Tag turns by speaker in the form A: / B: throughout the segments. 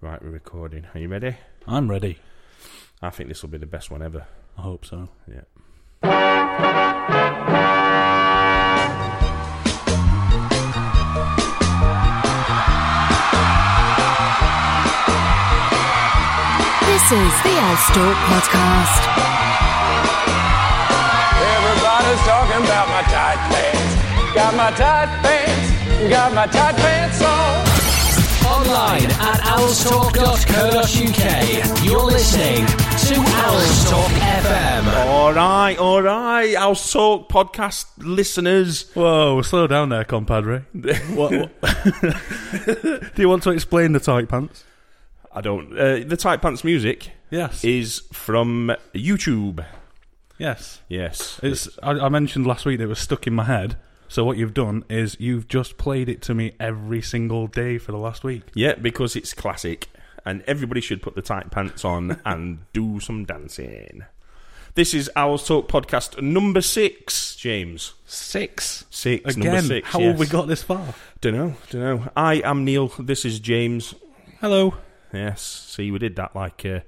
A: Right, we're recording. Are you ready?
B: I'm ready.
A: I think this will be the best one ever.
B: I hope so.
A: Yeah.
C: This is the Elstalk podcast.
D: Everybody's talking about my tight pants. Got my tight pants. Got my tight pants on.
E: Online at owlstalk.co.uk. You're listening to Owls Talk FM.
A: All right, all right. Our Talk podcast listeners.
B: Whoa, slow down there, compadre. what, what- Do you want to explain the tight pants?
A: I don't. Uh, the Tight Pants music
B: Yes.
A: is from YouTube.
B: yes.
A: Yes.
B: It's. I, I mentioned last week that it was stuck in my head. So what you've done is you've just played it to me every single day for the last week.
A: yeah, because it's classic, and everybody should put the tight pants on and do some dancing. This is Owls Talk podcast number six, James.
B: Six.
A: Six, number
B: Again.
A: six.
B: how have we got this far?
A: Dunno, dunno. I am Neil. This is James.
B: Hello.
A: Yes. See, we did that like uh,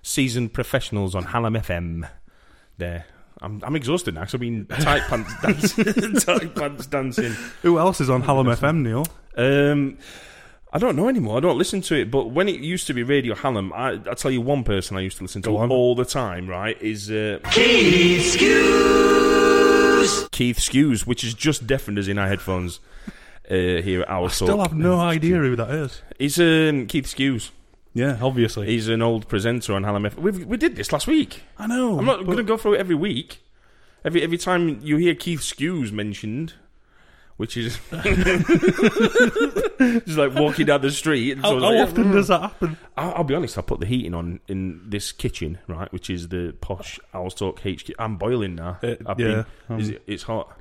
A: seasoned professionals on Hallam FM. There. I'm, I'm exhausted now because I've been tight pants dancing. tight pants dancing.
B: Who else is on Hallam FM, Neil?
A: Um, I don't know anymore. I don't listen to it. But when it used to be Radio Hallam, I, I tell you one person I used to listen to
B: on.
A: all the time. Right? Is uh, Keith Skews. Keith Skews, which is just deafened us in our headphones uh, here at our
B: Still have no idea who that is.
A: He's um, Keith Skews.
B: Yeah, obviously.
A: He's an old presenter on Hallam F. We've, we did this last week.
B: I know.
A: I'm not going to go through it every week. Every every time you hear Keith Skews mentioned, which is just like walking down the street. And
B: How,
A: someone's
B: how
A: like,
B: often does that happen?
A: I'll, I'll be honest. I put the heating on in this kitchen, right, which is the posh Owls Talk HQ. I'm boiling now.
B: Uh,
A: I've
B: yeah,
A: been,
B: um,
A: is it, it's hot.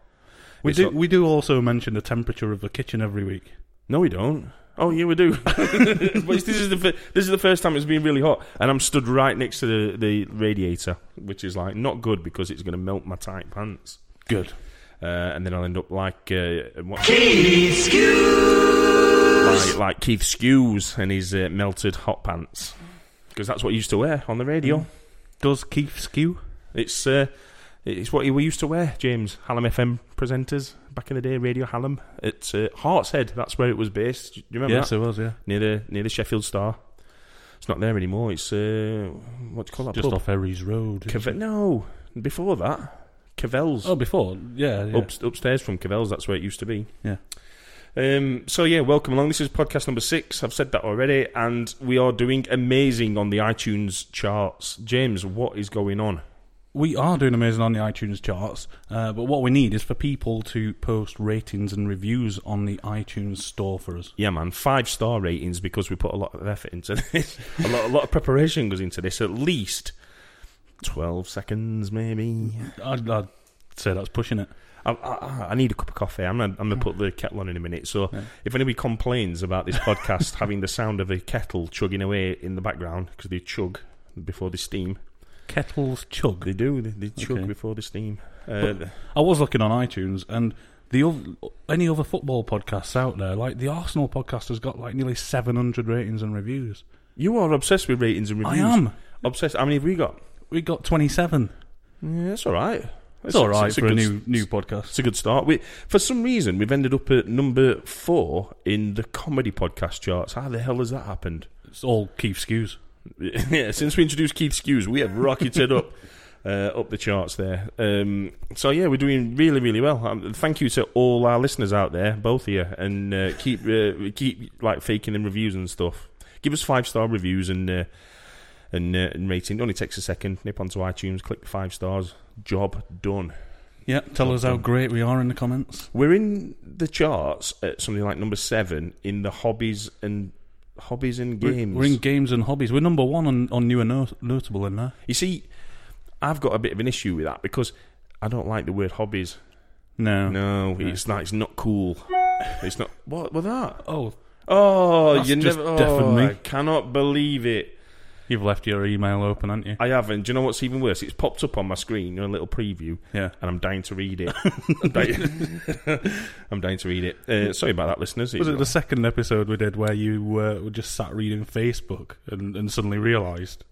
B: We
A: It's
B: do.
A: not-
B: We do also mention the temperature of the kitchen every week.
A: No, we don't. Oh, yeah, we do. but it's- this is the fir- this is the first time it's been really hot, and I'm stood right next to the, the radiator, which is like not good because it's going to melt my tight pants.
B: Good.
A: Uh, and then I'll end up like uh, what- like, like Keith Skews and his uh, melted hot pants because that's what he used to wear on the radio.
B: Does Mm. Keith skew?
A: It's uh, it's what he we used to wear, James Hallam FM presenters back in the day, Radio Hallam. It's uh, Heartshead. That's where it was based. Do you remember? that?
B: it was. Yeah,
A: near the near the Sheffield Star. It's not there anymore. It's uh, what do you call that?
B: just
A: pub?
B: off Erries Road.
A: Cave- no, before that, Cavell's.
B: Oh, before. Yeah. yeah.
A: Ups- upstairs from Cavell's. That's where it used to be.
B: Yeah.
A: Um, so yeah, welcome along. This is podcast number six. I've said that already, and we are doing amazing on the iTunes charts. James, what is going on?
B: We are doing amazing on the iTunes charts, uh, but what we need is for people to post ratings and reviews on the iTunes store for us.
A: Yeah, man, five star ratings because we put a lot of effort into this. a lot, a lot of preparation goes into this. At least twelve seconds, maybe.
B: I'd, I'd say that's pushing it.
A: I, I, I need a cup of coffee. I'm gonna, I'm gonna put the kettle on in a minute. So if anybody complains about this podcast having the sound of a kettle chugging away in the background because they chug before they steam,
B: Kettles chug.
A: they do. They, they chug
B: Okay.
A: before they steam. Uh,
B: I was looking on iTunes and. The oth- any other football podcasts out there, like the Arsenal podcast, has got like nearly seven hundred ratings and reviews.
A: you are obsessed with ratings and
B: I
A: reviews.
B: am.
A: obsessed. How many have we got?
B: We got twenty seven.
A: Yeah, that's all right.
B: It's all right for a
A: good-
B: new new podcast.
A: It's a good start. We, for some reason, we've ended up at number four in the comedy podcast charts. How the hell has that happened?
B: It's all Keith Skews.
A: yeah, since we introduced Keith Skews, we have rocketed up. uh, up the charts there. Um, so yeah, we're doing really, really well. Um, thank you to all our listeners out there, both of you, and uh, keep uh, keep like faking in reviews and stuff. Give us five star reviews and uh, and, uh, and rating. It only takes a second. Nip onto iTunes, click the five stars. Job done.
B: Yeah, tell us how great we are in the comments.
A: We're in the charts at something like number seven in the hobbies and hobbies and
B: We're-
A: games.
B: We're in games and hobbies. We're number one on, on new and not- notable in there.
A: You see, I've got a bit of an issue with that because I don't like the word hobbies.
B: No.
A: No, it's not. It's not cool. It's not. What was that?
B: Oh,
A: Oh,
B: That's
A: you
B: just
A: never. Oh,
B: deafened me.
A: I cannot believe it.
B: you've left your email open, haven't you?
A: I haven't. Do you know what's even worse? It's popped up on my screen, you know, a little preview,
B: Yeah.
A: and I'm dying to read it. I'm, dying, I'm dying to read it. Uh, sorry about that, listeners.
B: Was it the second episode we did where you uh, were just sat reading Facebook and, and suddenly realised?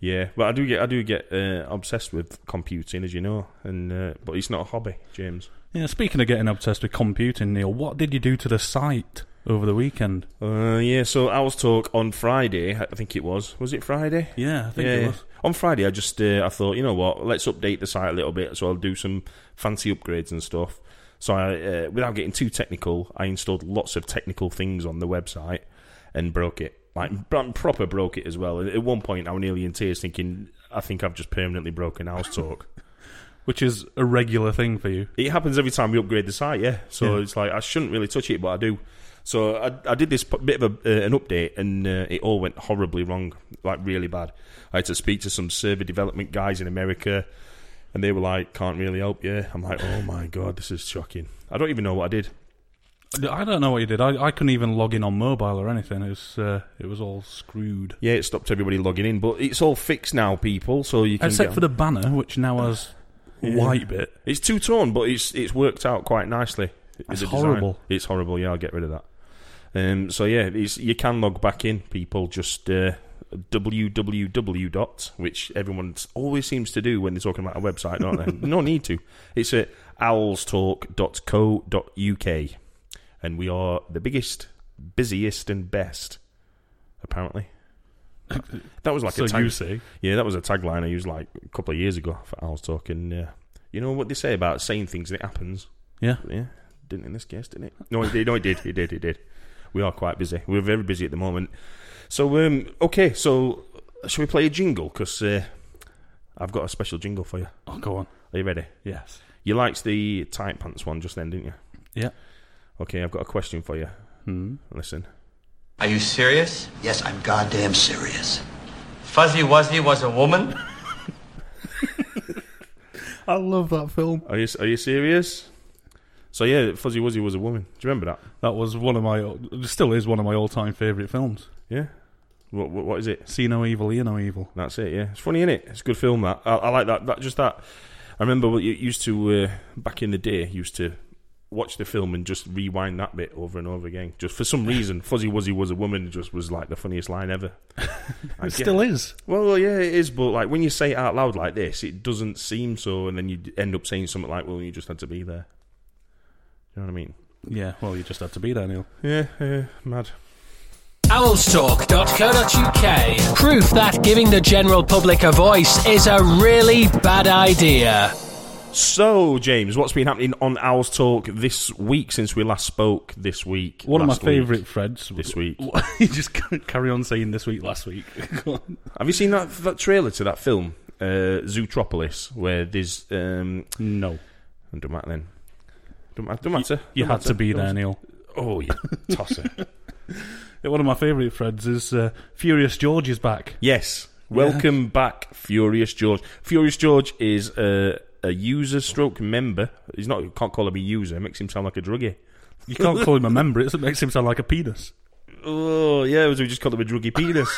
A: Yeah, but I do get I do get uh, obsessed with computing, as you know, and uh, but it's not a hobby, James.
B: Yeah, speaking of getting obsessed with computing, Neil, what did you do to the site over the weekend?
A: Uh, yeah, so Owls Talk on Friday, I think it was. Was it Friday?
B: Yeah, I think
A: yeah,
B: it
A: yeah.
B: was.
A: On Friday, I just uh, I thought, you know what, let's update the site a little bit, so I'll do some fancy upgrades and stuff. So, I, uh, without getting too technical, I installed lots of technical things on the website and broke it. Like bro- proper broke it as well. At one point, I was nearly in tears, thinking, I think I've just permanently broken Owls Talk.
B: Which is a regular thing for you.
A: it happens every time we upgrade the site, yeah. So
B: Yeah.
A: it's like I shouldn't really touch it, but I do. So I, I did this p- bit of a, uh, an update, and uh, it all went horribly wrong, like really bad. I had to speak to some server development guys in America, and they were like, "Can't really help you." I'm like, "Oh my god, this is shocking." I don't even know what I did.
B: I don't know what you did. I, I couldn't even log in on mobile or anything. It was, uh, it was all screwed.
A: Yeah, it stopped everybody logging in, but it's all fixed now, people. So you can
B: Except
A: get
B: for
A: on.
B: the banner, which now has white bit.
A: It's too torn, but it's it's worked out quite nicely. It's
B: horrible.
A: It's horrible. Yeah, I'll get rid of that. Um, so yeah, it's, you can log back in, people. Just uh, www dot, which everyone always seems to do when they're talking about a website, don't they? no need to. It's at owlstalk.co.uk, and we are the biggest, busiest, and best. Apparently, that was like
B: so
A: a tag-
B: you see.
A: yeah, that was a tagline I used like a couple of years ago for Owl's Talk. And uh, you know what they say about saying things and it happens?
B: Yeah.
A: Yeah, didn't in this case, didn't it? No, it did. No, it did. It did. It did. We are quite busy. We're very busy at the moment. So, um, okay, so shall we play a jingle? Because uh, I've got a special jingle for you.
B: Oh, go on.
A: Are you ready?
B: Yes.
A: You liked the tight pants one just then, didn't you?
B: Yeah.
A: Okay, I've got a question for you. Mm. Listen.
F: Are you serious?
G: Yes, I'm goddamn serious.
F: Fuzzy Wuzzy was a woman?
B: I love that film.
A: Are you are you serious? So yeah, Fuzzy Wuzzy was a woman. Do you remember that?
B: That was one of my, it still is one of my all time favourite films.
A: Yeah. What what, what is it?
B: See no evil, hear no evil.
A: That's it. Yeah, it's funny, is it? It's a good film. That I, I like that. That just that. I remember what you used to uh, back in the day. Used to watch the film and just rewind that bit over and over again. Just for some reason, Fuzzy Wuzzy was a woman. Just was like the funniest line ever. I
B: It still is.
A: Well, well, yeah, it is. But like when you say it out loud like this, it doesn't seem so, and then you d- end up saying something like, "Well, you just had to be there." You know what I mean?
B: Yeah, well, you just had to be there, Neil.
A: Yeah, yeah, mad.
E: Owlstalk.co.uk. Proof that giving the general public a voice is a really bad idea.
A: So, James, what's been happening on Owls Talk this week since we last spoke? This week,
B: One
A: last week?
B: of my favourite Freds.
A: This week.
B: you just can't carry on saying this week, last week.
A: Have you seen that that trailer to that film, uh, Zootropolis, where there's um,
B: no.
A: don't matter then, don't matter, don't matter.
B: You
A: don't
B: had to
A: matter.
B: be there, Neil.
A: Oh, you tosser.
B: Yeah, One of my favourite Freds is uh, Furious George is back.
A: yes, welcome back, Furious George. Furious George is a, a user stroke member. He's not. Can't call him a user. It makes him sound like a druggie.
B: You can't call him a member, it makes him sound like a penis.
A: Oh yeah, we just called him a druggy penis.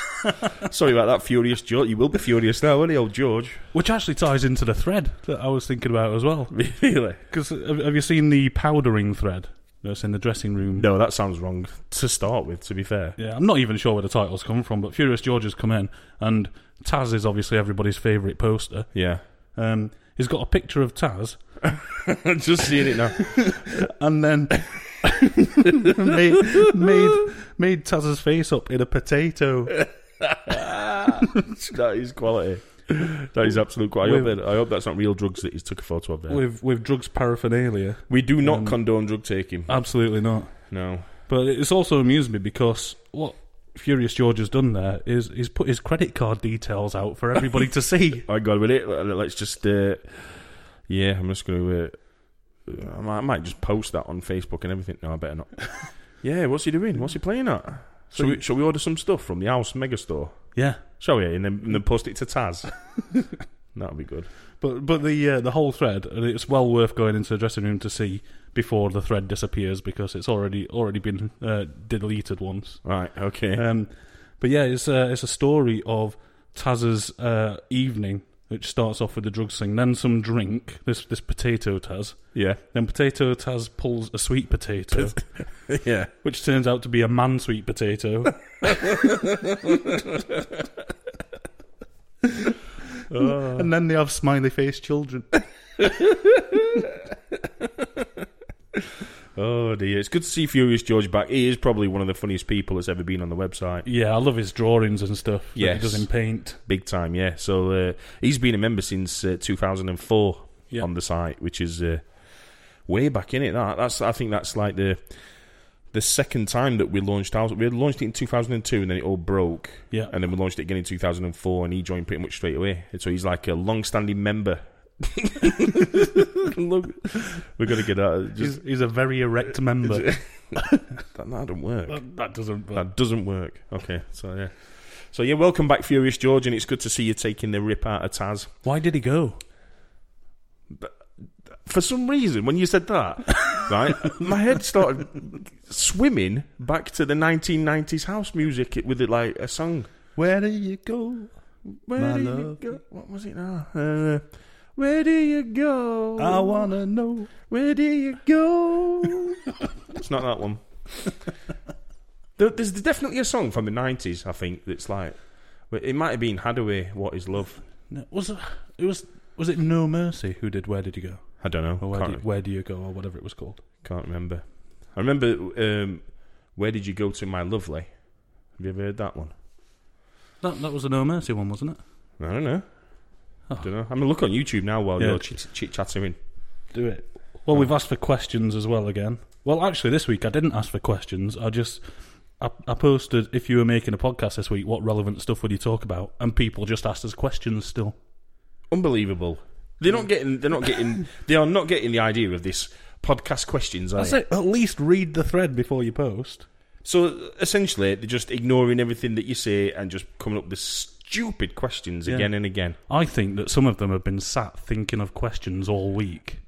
A: Sorry about that, Furious George. You will be furious now, won't you, old George?
B: Which actually ties into the thread that I was thinking about as well.
A: Really?
B: Because uh, have have you seen the powdering thread that's in the dressing room?
A: No, that sounds wrong to start with. To be fair.
B: Yeah, I'm not even sure where the titles come from, but Furious George has come in, and Taz is obviously everybody's favourite poster.
A: Yeah.
B: Um, he's got a picture of Taz,
A: I'm just seeing it now.
B: and then made, made made Taz's face up in a potato.
A: that is quality. That is absolute. Quite. I, hope
B: With-
A: that, I hope that's not real drugs that he took a photo of. There.
B: with with drugs paraphernalia.
A: we do not condone drug taking.
B: Absolutely not.
A: no.
B: But it's also amused me because what Furious George has done there is he's put his credit card details out for everybody to see.
A: I got with Oh, it. Let's just. Uh, yeah, I'm just going to. Uh, I, might, I might just post that on Facebook and everything. No, I better not. yeah, what's he doing? What's he playing at? Shall we, shall we order some stuff from the house mega store?
B: Yeah.
A: Shall we? And then, and then post it to Taz. That'll be good.
B: But but the uh, the whole thread and it's well worth going into the dressing room to see before the thread disappears because it's already already been uh, deleted once.
A: Right. Okay.
B: Um, but yeah, it's a, it's a story of Taz's uh, evening, which starts off with the drugs thing, then some drink. This this potato Taz,
A: yeah.
B: then potato Taz pulls a sweet potato,
A: Yeah.
B: which turns out to be a man sweet potato. And then they have smiley faced children.
A: Oh dear. It's good to see Furious George back. He is probably one of the funniest people that's ever been on the website.
B: Yeah, I love his drawings and stuff. that
A: Yes.
B: he does in paint.
A: Big time, yeah. So uh, he's been a member since uh, 2004
B: Yeah.
A: on the site, which is uh, way back in it. That that's I think that's like the the second time that we launched ours. We had launched it in 2002, and then it all broke.
B: Yeah.
A: and then we launched it again in 2004, and he joined pretty much straight away. So he's like a long-standing member. Look, we're gonna get out. of- Just,
B: He's, he's a very erect member.
A: that, that don't work.
B: that doesn't.
A: That doesn't work. Okay, so yeah, so yeah, welcome back, Furious George, and it's good to see you taking the rip out of Taz.
B: Why did he go?
A: for some reason, when you said that, right, my head started swimming back to the 1990s house music with it like a song.
B: Where do you go?
A: Where
B: My
A: do
B: love.
A: you go? What was it now? Uh, where do you go?
B: I wanna know.
A: Where do you go? it's not that one. There- There's definitely a song from the 90s, I think, that's like. It might have been Hadaway, What is Love?
B: No, was it, it was was it No Mercy who did Where Did You Go
A: I don't know.
B: or Where,
A: Can't
B: do, Where Do You Go or whatever it was called?
A: Can't remember. I remember. Um, Where did you go to, my lovely? Have you ever heard that one?
B: That that was a No Mercy one, wasn't it?
A: I don't know. I don't know. I'm gonna look on YouTube now while
B: Yeah.
A: you're chit chit chattering.
B: Do it. Well, we've asked for questions as well again. Well, actually, this week I didn't ask for questions. I just I, I posted if you were making a podcast this week, what relevant stuff would you talk about? And people just asked us questions still.
A: Unbelievable. They're
B: Mm.
A: not getting. They're not getting. they are not getting the idea of this podcast questions. Are they?
B: it. At least read the thread before you post.
A: So essentially, they're just ignoring everything that you say and just coming up with stupid questions again and again,
B: I think that some of them have been sat thinking of questions all week.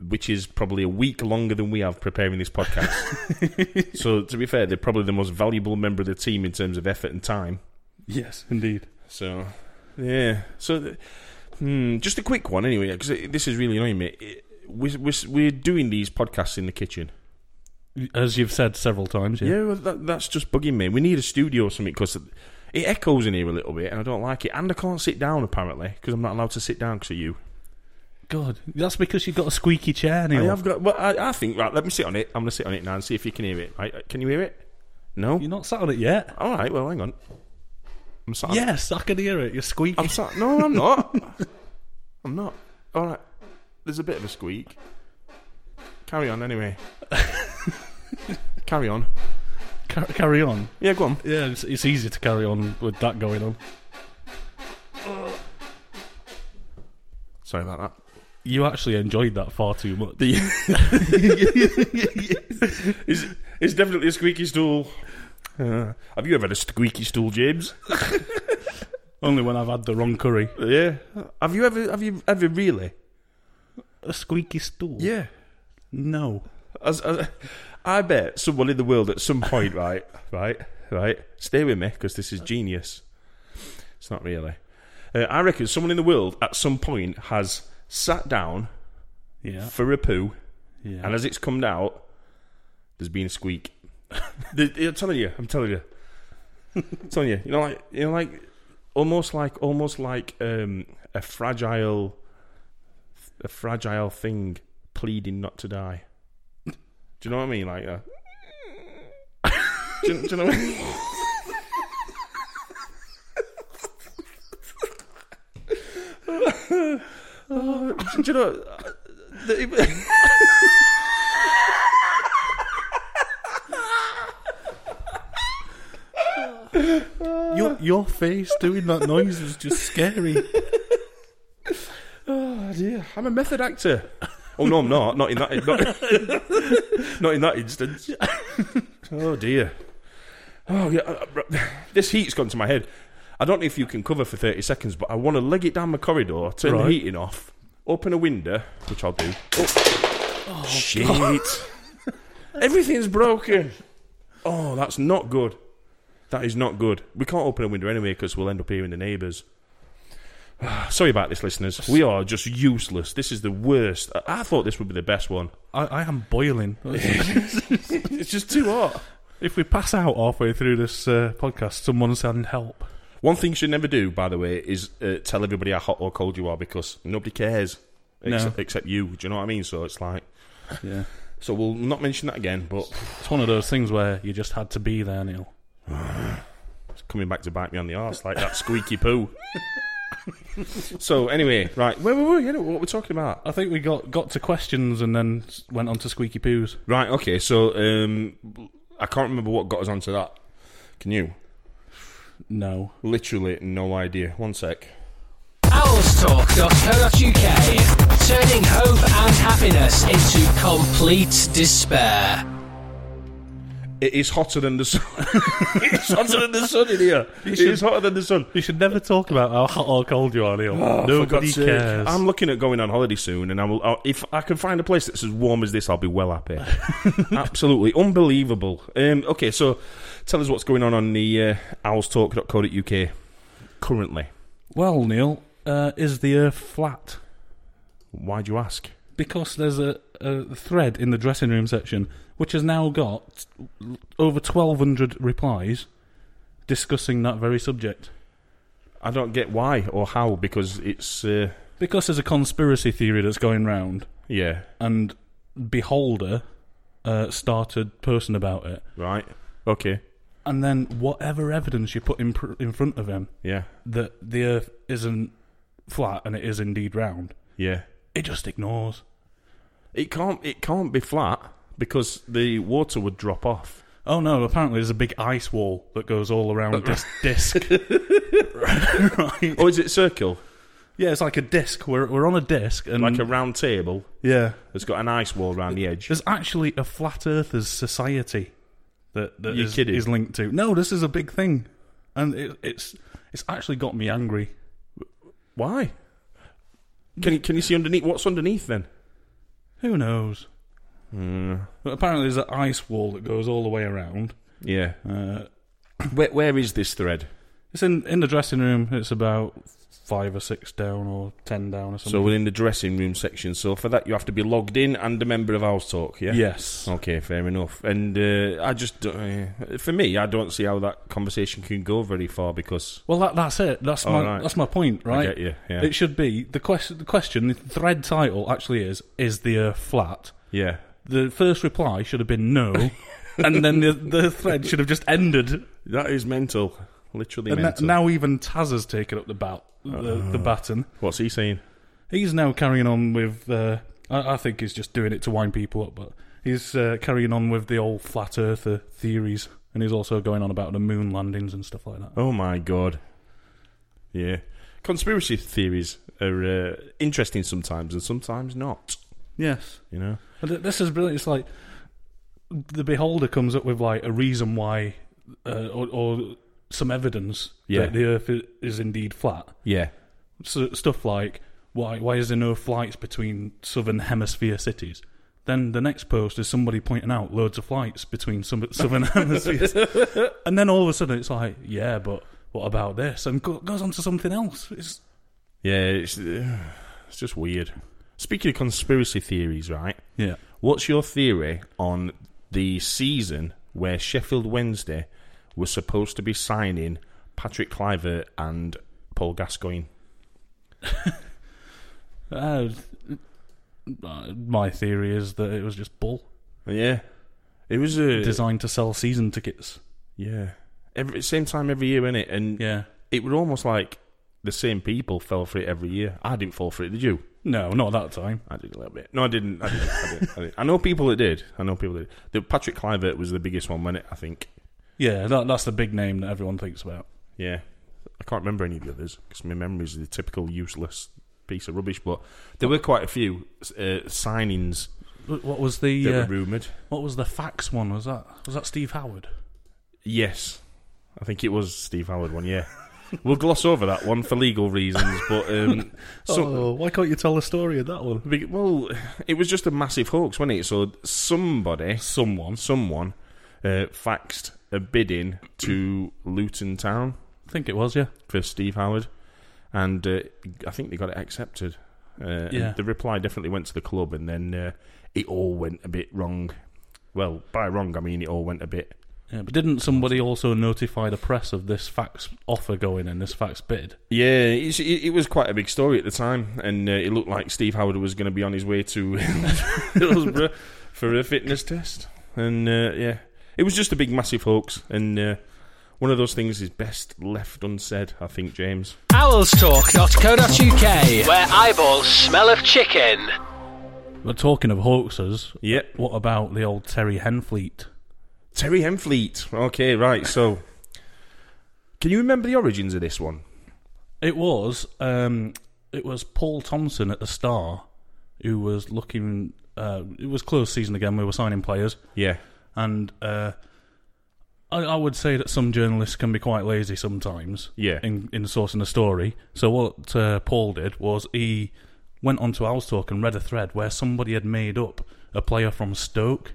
A: which is probably a week longer than we have preparing this podcast. so to be fair, they're probably the most valuable member of the team in terms of effort and time.
B: Yes, indeed.
A: So, yeah. So, th- hmm, just a quick one anyway, because this is really annoying me. It- We're, we're, we're doing these podcasts in the kitchen.
B: As you've said several times, yeah.
A: Yeah, well, that, that's just bugging me. We need a studio or something because it echoes in here a little bit and I don't like it. And I can't sit down apparently because I'm not allowed to sit down because of you.
B: God, that's because you've got a squeaky chair,
A: I
B: Neil.
A: have got, well, I, I think, right, let me sit on it. I'm going to sit on it now and see if you can hear it. Right, uh, can you hear it? No?
B: You're not sat on it yet.
A: All right, well, hang on. I'm sat on it.
B: Yes, I can hear it. You're squeaky.
A: I'm sorry. No, I'm not. I'm not. All right. There's a bit of a squeak. Carry on anyway. Carry on.
B: Car- carry on.
A: Yeah, go on.
B: Yeah, it's, it's easy to carry on with that going on.
A: Sorry about that.
B: You actually enjoyed that far too much.
A: It's, it's definitely a squeaky stool. Uh, have you ever had a squeaky stool, James?
B: Only when I've had the wrong curry.
A: yeah. Have you ever? Have you ever really?
B: A squeaky stool?
A: Yeah.
B: No.
A: As, as, I bet someone in the world at some point, right, right, right. Stay with me because this is genius. It's not really. Uh, I reckon someone in the world at some point has sat down
B: Yeah.
A: for a poo,
B: Yeah.
A: and as it's come out, there's been a squeak. The- I'm telling you, I'm telling you, I'm telling you. You know, like you know, like almost like almost like um, a fragile, a fragile thing pleading not to die. Do you know what I mean? Like, uh, do, you, do you know what I mean? Oh, Do you know? uh, the-
B: Your, your face doing that noise is just scary.
A: oh dear, I'm a method actor. Oh no, I'm not. Not in that. Not, not in that instance. Oh dear. Oh yeah. uh, uh, This heat's gone to my head. I don't know if you can cover for 30 seconds, but I want to leg it down my corridor, turn the
B: Right.
A: heating off, open a window, which I'll do. Oh, shit. Everything's broken. Oh, that's not good. That is not good. We can't open a window anyway because we'll end up hearing the neighbours. Sorry about this, listeners. We are just useless. This is the worst. I- I thought this would be the best one.
B: I, I am boiling.
A: It's just too hot.
B: If we pass out halfway through this uh, podcast, someone send help.
A: One thing you should never do, by the way, is uh, tell everybody how hot or cold you are because nobody cares ex-
B: No.
A: except you. Do you know what I mean? So it's like,
B: Yeah.
A: so we'll not mention that again. But
B: It's one of those things where you just had to be there, Neil.
A: it's coming back to bite me on the arse like that squeaky poo. so anyway, right, where were we? You know what we're talking about?
B: I think we got, got to questions and then s- went on to squeaky poos.
A: Right, okay. So um, I can't remember what got us onto that. Can you?
B: No.
A: Literally, no idea. One sec.
E: Owlstalk.co.uk, turning hope and happiness into complete despair.
A: It is hotter than the sun. it's hotter than the sun in here. It is hotter than the sun.
B: You should never talk about how hot or cold you are, Neil. Nobody
A: For God's sake.
B: cares.
A: I'm looking at going on holiday soon, and I will. i if I can find a place that's as warm as this, I'll be well happy. Absolutely unbelievable. Um, okay, so tell us what's going on on the uh, owlstalk.co.uk currently.
B: Well, Neil, uh, is the Earth flat?
A: Why do you ask?
B: Because there's a, a thread in the dressing room section which has now got over 1,200 replies discussing that very subject.
A: I don't get why or how because it's uh,
B: Because there's a conspiracy theory that's going round,
A: yeah
B: and Beholder uh, started posting about it.
A: right okay
B: And then whatever evidence you put in, pr- in front of him
A: yeah
B: that the Earth isn't flat and it is indeed round,
A: yeah
B: it just ignores.
A: it can't it can't be flat because the water would drop off.
B: Oh no! Apparently, there's a big ice wall that goes all around this disc. right?
A: Or is it circle
B: Yeah, it's like a disc. We're we're on a disc, and
A: like a round table
B: yeah,
A: that's got an ice wall around the edge?
B: there's actually a flat earthers society that that
A: You're
B: is-
A: kidding.
B: is linked to. No, this is a big thing, and it, it's it's actually got me angry.
A: Why? Can you, can you see underneath? What's underneath then?
B: Who knows?
A: Hmm.
B: But apparently, there's an ice wall that goes all the way around.
A: Yeah. uh, where where is this thread?
B: It's in in the dressing room. It's about five or six down, or ten down, or something.
A: So we're in the dressing room section. So for that, you have to be logged in and a member of House Talk. Yeah. Oh.
B: yes.
A: Okay, fair enough. And uh, I just, don't- uh, for me, I don't see how that conversation can go very far because
B: Well, that, that's it. That's my
A: right.
B: that's my point, right?
A: get you, yeah.
B: It should be the question. The question, the thread title actually is: Is the Earth flat?
A: yeah,
B: The first reply should have been no, and then the the thread should have just ended.
A: that is mental, literally
B: And that,
A: mental.
B: now even Taz has taken up the bat, the,
A: Oh.
B: the baton.
A: What's he saying?
B: He's now carrying on with. Uh, I, I think he's just doing it to wind people up, but he's uh, carrying on with the old flat earther theories, and he's also going on about the moon landings and stuff like that.
A: Oh my god. Yeah, conspiracy theories are uh, interesting sometimes and sometimes not.
B: Yes.
A: You know.
B: And th- this is brilliant. It's like the beholder comes up with like a reason why, uh, or, or some evidence
A: Yeah.
B: that the Earth i- is indeed flat.
A: Yeah.
B: So stuff like why why is there no flights between southern hemisphere cities? Then the next post is somebody pointing out loads of flights between some, southern hemispheres, and then all of a sudden it's like, yeah, but what about this? And go, goes on to something else. It's
A: Yeah, it's uh, it's just weird. Speaking of conspiracy theories, right?
B: yeah,
A: What's your theory on the season where Sheffield Wednesday was supposed to be signing Patrick Cliver and Paul Gascoigne?
B: uh, my theory is that it was just bull.
A: Yeah, it was uh, a
B: designed to sell season tickets.
A: yeah. Every same time every year, innit? And
B: Yeah.
A: it was almost like the same people fell for it every year. I didn't fall for it, did you?
B: No, not that time.
A: I did a little bit. No, I didn't. I, didn't. I, didn't. I, didn't. I know people that did. I know people that did. The Patrick Clivert was the biggest one, wasn't it? I think.
B: Yeah, that, that's the big name that everyone thinks about.
A: Yeah. I can't remember any of the others because my memory is the typical useless piece of rubbish. But there were quite a few uh, signings
B: Wh- What was the
A: that
B: uh,
A: were rumoured.
B: what was the fax one? Was that was that Steve Howard?
A: Yes. I think it was Steve Howard one, yeah. we'll gloss over that one for legal reasons, but um, so,
B: Oh, why can't you tell the story of that one?
A: be- well, it was just a massive hoax, wasn't it? So somebody,
B: Someone.
A: someone, uh, faxed a bid in to Luton Town
B: I think it was. Yeah.
A: for Steve Howard, and uh, I think they got it accepted. Uh, and
B: Yeah.
A: The reply definitely went to the club, and then uh, it all went a bit wrong. Well, by wrong, I mean it all went a bit.
B: Yeah, but didn't somebody also notify the press of this fax offer going in, this fax bid?
A: Yeah, it's, it, it was quite a big story at the time, and uh, it looked like Steve Howard was going to be on his way to Hillsborough for a fitness test. And uh, yeah, it was just a big, massive hoax, and uh, one of those things is best left unsaid, I think, James.
E: Owlstalk.co.uk, where eyeballs smell of chicken.
B: But talking of hoaxes,
A: Yep.
B: what about the old Terry Henfleet?
A: Terry Hemfleet. Okay, right. So, can you remember the origins of this one?
B: It was um, it was Paul Thompson at the Star who was looking. Uh, it was close season again. We were signing players,
A: Yeah.
B: and uh, I, I would say that some journalists can be quite lazy sometimes.
A: Yeah.
B: In, in sourcing a story. So what uh, Paul did was he went onto Owlstalk and read a thread where somebody had made up a player from Stoke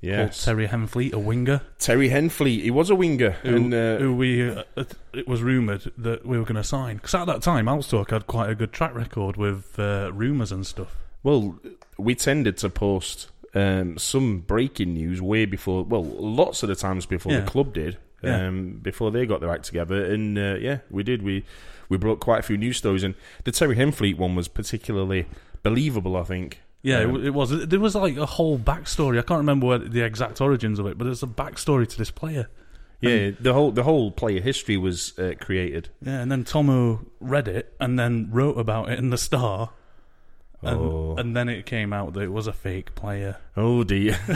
A: Yeah.
B: called Terry Henfleet, a winger,
A: Terry Henfleet. He was a winger.
B: who,
A: and, uh,
B: who we uh, it was rumoured that we were going to sign because at that time Owlstalk had quite a good track record with uh, rumours and stuff.
A: Well, we tended to post um, some breaking news way before, well, lots of the times before
B: Yeah.
A: the club did,
B: Yeah.
A: um, before they got their act together. And uh, yeah, we did. We we brought quite a few news stories, and the Terry Henfleet one was particularly believable, I think.
B: Yeah, it
A: Um,
B: w it was. There was like a whole backstory. I can't remember where the exact origins of it, but there's a backstory to this player.
A: yeah. The whole the whole player history was uh, created.
B: Yeah, and then Tomu read it and then wrote about it in the Star, and,
A: Oh.
B: and then it came out that it was a fake player.
A: Oh dear!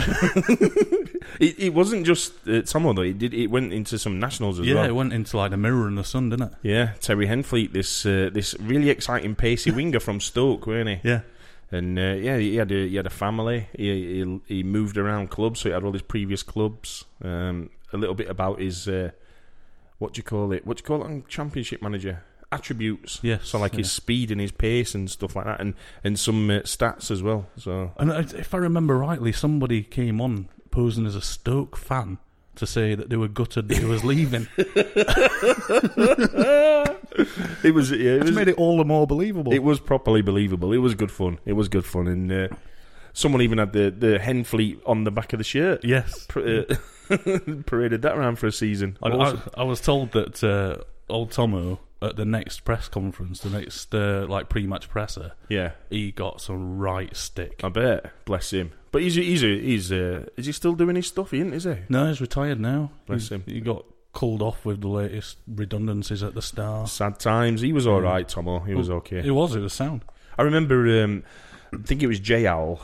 A: it, it wasn't just uh, Tomo though. It did. It went into some nationals as
B: Yeah,
A: well.
B: it went into like the Mirror and the Sun, didn't it?
A: Yeah, Terry Henfleet, this uh, this really exciting pacey winger from Stoke, weren't he?
B: Yeah,
A: And uh, yeah, he had a, he had a family. He, he he moved around clubs, so he had all his previous clubs. Um, a little bit about his uh, what do you call it? What do you call it on Championship Manager attributes?
B: Yes,
A: so like his
B: yeah.
A: speed and his pace and stuff like that, and and some uh, stats as well. So
B: and I- if I remember rightly, somebody came on posing as a Stoke fan to say that they were gutted that he was leaving.
A: it was yeah, it
B: Which
A: was
B: made it all the more believable.
A: It was properly believable. It was good fun. It was good fun, and uh, someone even had the the hen fleet on the back of the shirt.
B: yes,
A: Par- uh, paraded that around for a season.
B: I,
A: Awesome.
B: I, I was told that uh, old Tomo at the next press conference, the next uh, like pre-match presser,
A: yeah,
B: he got some right stick.
A: I bet. Bless him. But he's he's a, he's uh, is he still doing his stuff? He isn't, is he?
B: no, he's retired now.
A: Bless
B: He-
A: him.
B: He got called off with the latest redundancies at the Star.
A: Sad times. He was
B: Mm.
A: all right, Tomo. He was okay.
B: It was. It was sound.
A: I remember. Um, I think it was uh, J Owl.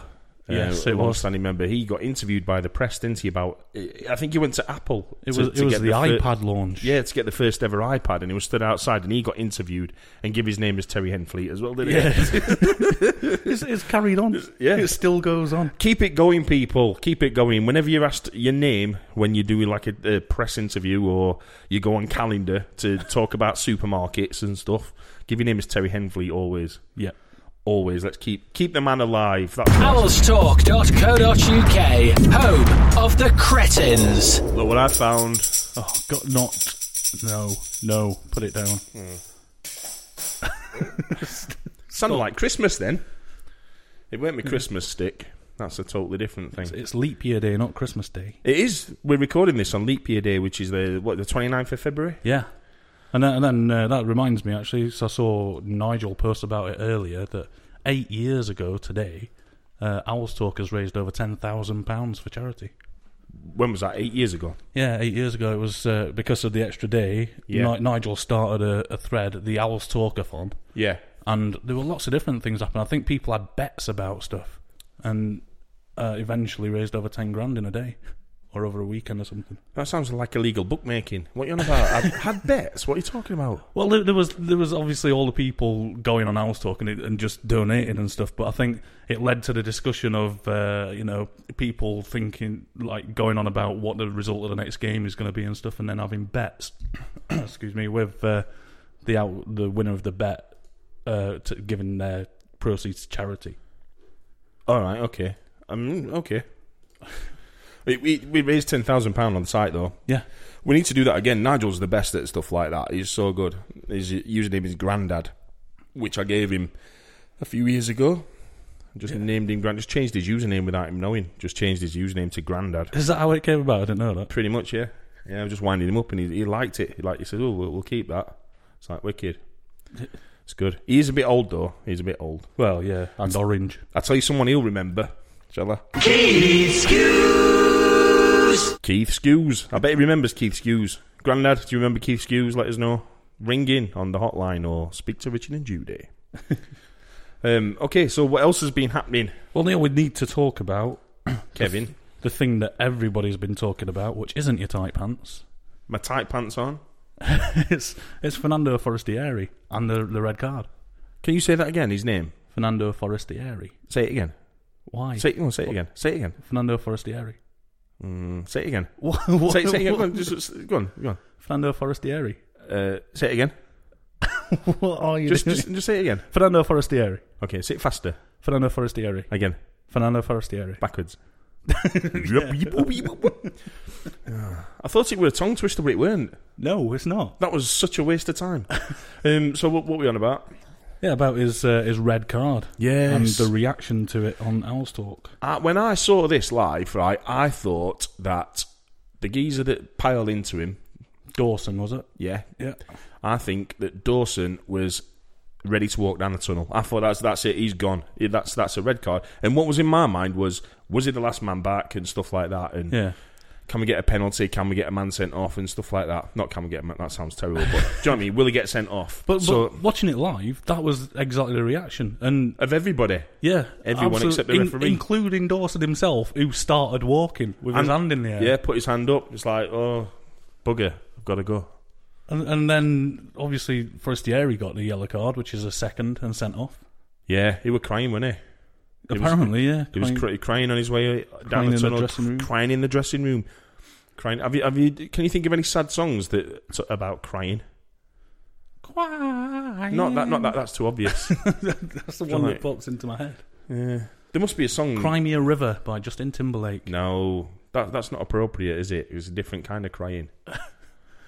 B: Yes, it was.
A: standing member. He got interviewed by the press, didn't he? About eh, I think he went to Apple.
B: It
A: to-
B: was.
A: to
B: it was
A: get
B: the
A: fir-
B: iPad launch.
A: Yeah, to get the first ever iPad, and he was stood outside, and he got interviewed and give his name as Terry Henfleet as well, didn't
B: Yeah.
A: he?
B: it's, it's carried on.
A: Yeah.
B: It still goes on.
A: Keep it going, people. Keep it going. Whenever you're asked your name when you do like a, a press interview or you go on calendar to talk about supermarkets and stuff, give your name as Terry Henfleet always.
B: Yeah.
A: Always. Let's keep keep the man alive. That's what,
E: Owlstalk.co.uk, home of the cretins.
A: look what I found.
B: Oh, got not. No, no. Put it down.
A: Hmm. Sounded like Christmas then. It weren't my Christmas stick. That's a totally different thing.
B: It's leap year day, not Christmas day.
A: It is. We're recording this on leap year day, which is the what the 29th of February.
B: Yeah. And then, and then uh, that reminds me, actually, 'cause I saw Nigel post about it earlier that eight years ago today, uh, Owls Talk has raised over £10,000 for charity.
A: when was that? Eight years ago.
B: Yeah, eight years ago, it was uh, because of the extra day.
A: Yeah.
B: Ni- Nigel started a, a thread, the Owls Talkathon,
A: Yeah.
B: and there were lots of different things happening. I think people had bets about stuff, and uh, eventually raised over ten grand in a day, or over a weekend or something.
A: That sounds like illegal bookmaking. What are you on about? I've had bets. What are you talking about?
B: Well, there, there was there was obviously all the people going on Owls Talk and, it- and just donating and stuff, but I think it led to the discussion of uh, you know people thinking like going on about what the result of the next game is going to be and stuff, and then having bets. excuse me, with uh, the out the winner of the bet uh, to, giving their proceeds to charity.
A: All right. Okay. Um. Okay. We, we, we raised ten thousand pound on the site though.
B: Yeah,
A: We need to do that again. Nigel's the best at stuff like that. He's so good. His username is Grandad, which I gave him a few years ago. I Just named him Grand. Just changed his username without him knowing. Just changed his username to Grandad.
B: is that how it came about? I didn't know that.
A: Pretty much, yeah. Yeah, I just winded him up, and he, he liked it. He like he said, "Oh, we'll, we'll keep that." It's like wicked. It's good. He is a bit old though. He's a bit old.
B: Well, yeah, and orange.
A: I'll tell you someone he'll remember. Shall I? Keith Skews. Keith Skews. I bet he remembers Keith Skews. Grandad, do you remember Keith Skews? Let us know. Ring in on the hotline or speak to Richard and Judy. um, okay, so what else has been happening,
B: Well, Neil, we need to talk about
A: Kevin?
B: the thing that everybody's been talking about, which isn't your tight pants.
A: My tight pants on.
B: it's it's Fernando Forestieri and the the red card.
A: Can you say that again? His name.
B: Fernando Forestieri.
A: Say it again.
B: Why?
A: Say it, no, say it again. Say it again.
B: Fernando Forestieri.
A: Mm, say it again.
B: What? what-
A: Say, say it again. Go
B: what-
A: on, just, just- go on. Go on.
B: Fernando Forestieri.
A: Uh, say it again.
B: What are you
A: Just,
B: doing?
A: just, just say it again.
B: Fernando Forestieri.
A: Okay, say it faster.
B: Fernando Forestieri.
A: Again.
B: Fernando Forestieri.
A: backwards. I thought it were a tongue twister, but it weren't.
B: No, it's not.
A: That was such a waste of time. Um, so what, what we on about?
B: Yeah, about his uh, his red card.
A: Yes.
B: and the reaction to it on Owl's Talk.
A: Uh, when I saw this live, right, I thought that the geezer that piled into him,
B: Dawson was it?
A: yeah,
B: Yeah.
A: I think that Dawson was ready to walk down the tunnel. I thought that's that's it. He's gone. Yeah, That's that's a red card. And what was in my mind was was he the last man back and stuff like that. And
B: Yeah.
A: can we get a penalty? Can we get a man sent off and stuff like that? Not can we get a man, that sounds terrible, but do you know what I mean? Will he get sent off?
B: But, but
A: so
B: watching it live, that was exactly the reaction, and
A: of everybody,
B: yeah,
A: Everyone
B: absolute-
A: except the
B: in-
A: referee.
B: including Dawson himself, who started walking with
A: And-
B: his hand in the air.
A: yeah, put his hand up. It's like, oh, bugger, I've got to go.
B: And, and then obviously Forestieri got the yellow card, which is a second and sent off.
A: Yeah, he was crying, wasn't he? was-
B: Apparently, yeah.
A: He was
B: Quite-
A: cr- crying on his way down
B: Crying in
A: the
B: the
A: tunnel,
B: dressing room.
A: crying in the dressing room, crying. Have you? Have you? Can you think of any sad songs that t- about crying?
B: Quite.
A: Not that. Not that. That's too obvious.
B: That's the one
A: Right.
B: that pops into my head.
A: there must be a song.
B: Crimea River by Justin Timberlake.
A: No, that that's not appropriate, is it? It was a different kind of crying.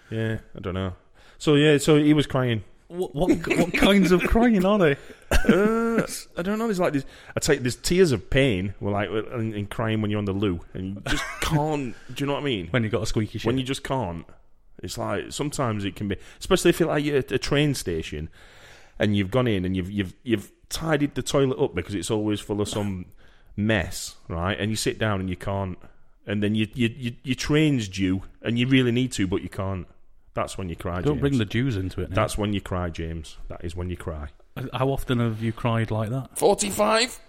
A: yeah, I don't know. So yeah, so he was crying.
B: What what, what kinds of crying are they?
A: Uh, I don't know. There's like this. I take there's tears of pain. Well, like and, and crying when you're on the loo and you just can't. do you know what I mean?
B: When you got a squeaky shit.
A: When you just can't. It's like sometimes it can be, especially if you're like you're at a train station and you've gone in and you've you've you've tidied the toilet up because it's always full of some mess, right? And you sit down and you can't, and then you you, you your train's due and you really need to, but you can't. That's when you cry.
B: don't
A: James.
B: bring the Jews into it. Now.
A: That's when you cry, James. That is when you cry.
B: How often have you cried like that?
A: 45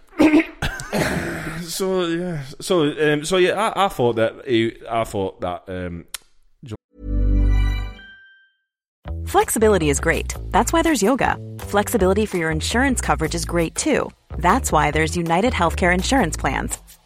A: so yeah so um, so yeah I, I thought that he, I thought that um,
H: Flexibility is great. That's why there's yoga. Flexibility for your insurance coverage is great too. That's why there's United Healthcare Insurance Plans.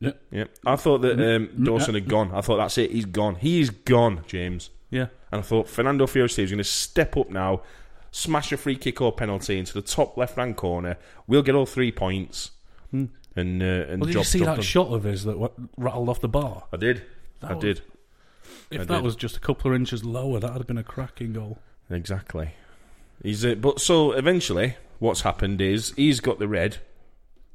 B: Yeah.
A: yeah I thought that
B: Mm-hmm.
A: um, Dawson had gone I thought that's it he's gone he is gone James
B: Yeah.
A: and I thought Fernando Fiorentini is going to step up now smash a free kick or penalty into the top left hand corner we'll get all three points and uh, and
B: Hmm. Well, did
A: job
B: you see
A: done.
B: that shot of his that w- rattled off the bar?
A: I did
B: That
A: I
B: was-
A: did
B: If
A: I
B: that
A: did.
B: was just a couple of inches lower, that would have been a cracking goal.
A: Exactly. He's uh, but so eventually, what's happened is he's got the red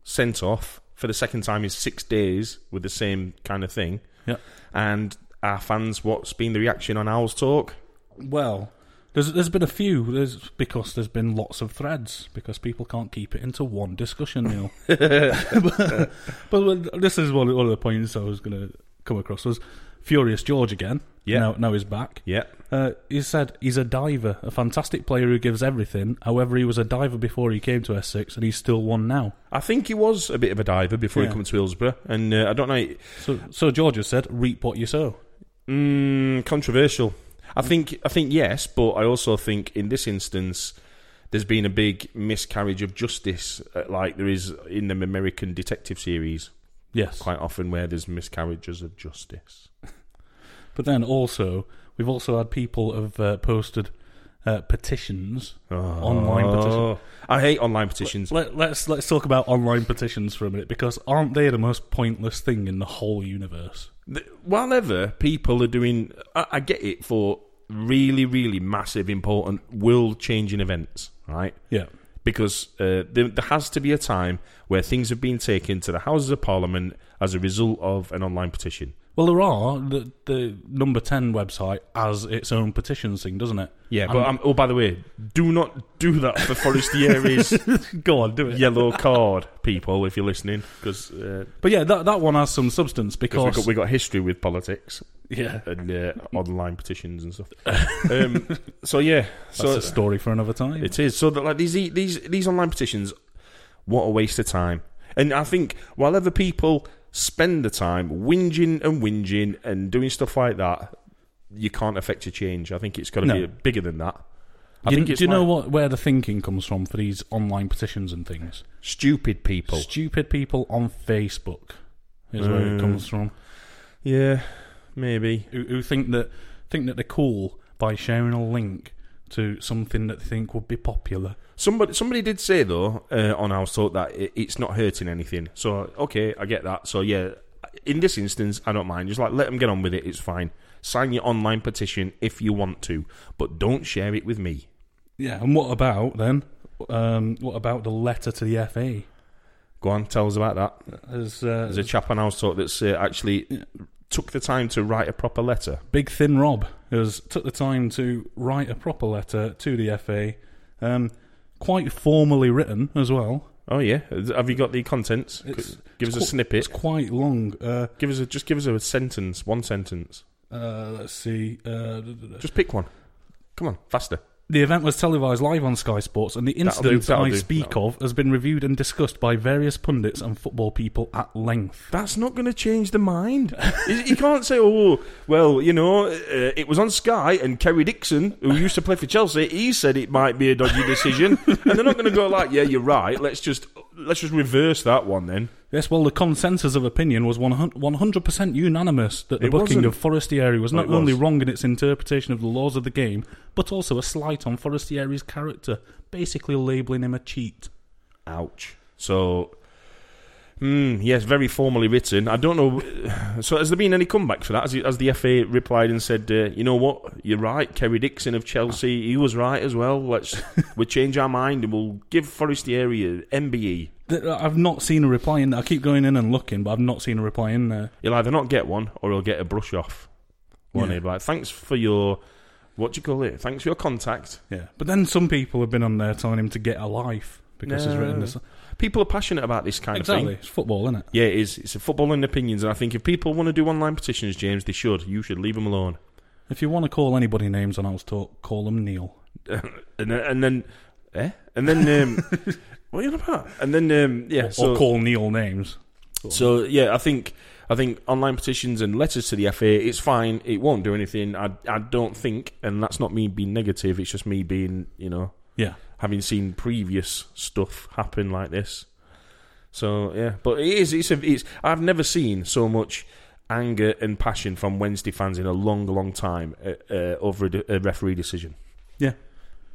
A: sent off for the second time in six days with the same kind of thing.
B: Yeah.
A: And our fans, what's been the reaction on Owl's talk?
B: Well, there's there's been a few. There's because there's been lots of threads because people can't keep it into one discussion now. but, but this is one, one of the points I was going to come across was Furious George again.
A: Yeah.
B: Now, now he's back.
A: Yeah.
B: Uh, he said he's a diver, a fantastic player who gives everything. However, he was a diver before he came to Essex, and he's still one now.
A: I think he was a bit of a diver before
B: Yeah.
A: he came to Hillsborough, and uh, I don't know.
B: So, so George has said, "Reap what you sow."
A: Mm, controversial. I think I think yes, but I also think in this instance there's been a big miscarriage of justice, uh, like there is in the American detective series
B: Yes.
A: quite often, where there's miscarriages of justice.
B: But then also, we've also had people have uh, posted uh, petitions, online petitions.
A: Oh, I hate online petitions.
B: Let, let's let's talk about online petitions for a minute because aren't they the most pointless thing in the whole universe?
A: Th- While ever people are doing, I, I get it for really, really massive, important, world-changing events, right?
B: Yeah,
A: because uh, there, there has to be a time where things have been taken to the Houses of Parliament as a result of an online petition.
B: Well, there are the the number ten website has its own petitions thing, doesn't it?
A: but um, oh, by the way, do not do that for Forestieri's
B: go on, do it.
A: yellow card, people, if you're listening, because uh,
B: but yeah, that that one has some substance
A: 'cause we
B: because
A: got, we got history with politics
B: yeah,
A: and uh, online petitions and stuff. Um, so yeah,
B: that's
A: so
B: a story for another time.
A: It is so that like these e, these these online petitions, what a waste of time. And I think while other people spend the time whinging and whinging and doing stuff like that, you can't affect a change. I think it's got to
B: No.
A: be bigger than that. I
B: do you,
A: think it's
B: do you know
A: like
B: what where the thinking comes from for these online petitions and things?
A: Stupid people.
B: Stupid people on Facebook is where it comes from.
A: yeah, maybe.
B: Who, who think that think that they're cool by sharing a link to something that they think would be popular.
A: Somebody somebody did say though uh, on our Talk that it, it's not hurting anything. So okay, I get that. So yeah, in this instance, I don't mind. Just like let them get on with it. It's fine. Sign your online petition if you want to, but don't share it with me.
B: Yeah, and what about then? Um, what about the letter to the FA?
A: Go on, tell us about that.
B: As, uh,
A: There's a chap on our Talk that's uh, actually took the time to write a proper letter.
B: Big Thin Rob has took the time to write a proper letter to the FA, um, quite formally written as well.
A: Oh yeah, have you got the contents?
B: It's-
A: give us
B: it's
A: a
B: qu-
A: snippet.
B: It's quite long. Uh,
A: Give us a just give us a sentence, one sentence.
B: uh, let's see. Uh, d- d- d-
A: Just pick one. Come on, faster.
B: the event was televised live on Sky Sports, and the
A: That'll do,
B: incident
A: that'll
B: I
A: do,
B: speak
A: that'll
B: of has been reviewed and discussed by various pundits and football people at length.
A: That's not going to change the mind. you you can't say, oh, well, you know, uh, it was on Sky and Kerry Dixon, who used to play for Chelsea, he said it might be a dodgy decision. and they're not going to go like, yeah, you're right. Let's just let's just reverse that one then.
B: Yes, well, the consensus of opinion was 100 percent unanimous that the
A: It
B: booking
A: wasn't.
B: of Forestieri was not
A: it was.
B: only wrong in its interpretation of the laws of the game, but also a slight on Forestieri's character, basically labelling him a cheat.
A: Ouch. So, hmm, yes, very formally written. I don't know. So, has there been any comeback for that? Has, has the FA replied and said, uh, you know what, you're right, Kerry Dixon of Chelsea, he was right as well. Let's we'll change our mind and we'll give Forestieri a E." MBE.
B: Th- uh, I've not seen a reply in. I keep going in and looking, but I've not seen a reply in there.
A: He'll either not get one or he'll get a brush off. Won't
B: Yeah.
A: he? Like, thanks for your what do you call it? Thanks for your contact.
B: Yeah, but then some people have been on there telling him to get a life because he's
A: No.
B: written this.
A: People are passionate about this kind of
B: Exactly,
A: thing.
B: it's football, isn't it?
A: Yeah, it is. It's a football and opinions, and I think if people want to do online petitions, James, they should. You should leave them alone.
B: If you want to call anybody names on Owl's Talk, call them Neil.
A: And then, and then, eh? And then, um, what are you on about? And then, um, yeah.
B: or,
A: so,
B: or call Neil names.
A: so yeah, I think I think online petitions and letters to the FA, it's fine. It won't do anything. I I don't think, and that's not me being negative. It's just me being, you know,
B: Yeah.
A: having seen previous stuff happen like this. So yeah, but it is. It's. A, it's. I've never seen so much anger and passion from Wednesday fans in a long, long time uh, uh, over a, de- a referee decision.
B: Yeah.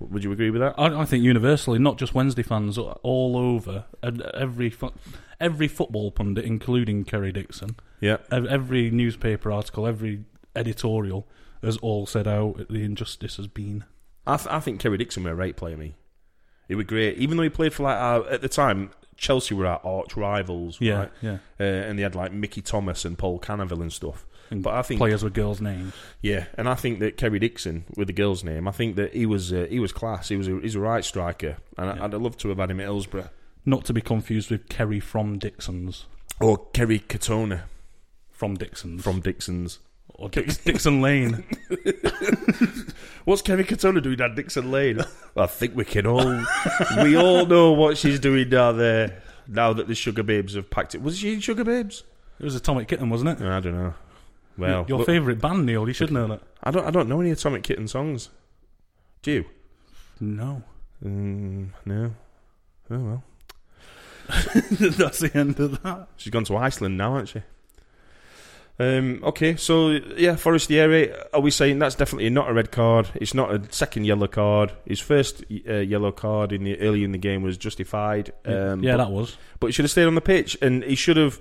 A: Would you agree with that?
B: I, I think universally, not just Wednesday fans, all over, and every fu- every football pundit, including Kerry Dixon,
A: Yeah.
B: ev- every newspaper article, every editorial has all said how the injustice has been.
A: I, th- I think Kerry Dixon were a great player. Me, he was great. Even though he played for like our, at the time Chelsea were our arch rivals.
B: Yeah,
A: right?
B: yeah.
A: Uh, and they had like Mickey Thomas and Paul Cannaville and stuff. but I think
B: players with girls' names.
A: yeah, and I think that Kerry Dixon, with the girl's name, I think that he was uh, he was class. He was a, he's a right striker, and I, I'd have loved to have had him at Hillsborough
B: Not to be confused with Kerry from Dixon's.
A: or Kerry Katona
B: From Dixon's.
A: from Dixon's.
B: or Dix- Dixon Lane.
A: What's Kerry Katona doing at Dixon Lane? I think we can all we all know what she's doing down there. Now that the Sugar Babes have packed it, was she in Sugar Babes?
B: It was Atomic Kitten, wasn't it?
A: I don't know. Well,
B: Your
A: look,
B: favourite band, Neil. You should know that.
A: I don't I don't know any Atomic Kitten songs. Do you?
B: No.
A: Mm, no. Oh well.
B: That's the end of that.
A: She's gone to Iceland now, hasn't she? Um, okay, so yeah, Forestieri, are we saying that's definitely not a red card? It's not a second yellow card. His first uh, yellow card in the early in the game was justified. Um, but,
B: yeah, that was.
A: but he should have stayed on the pitch, and he should have.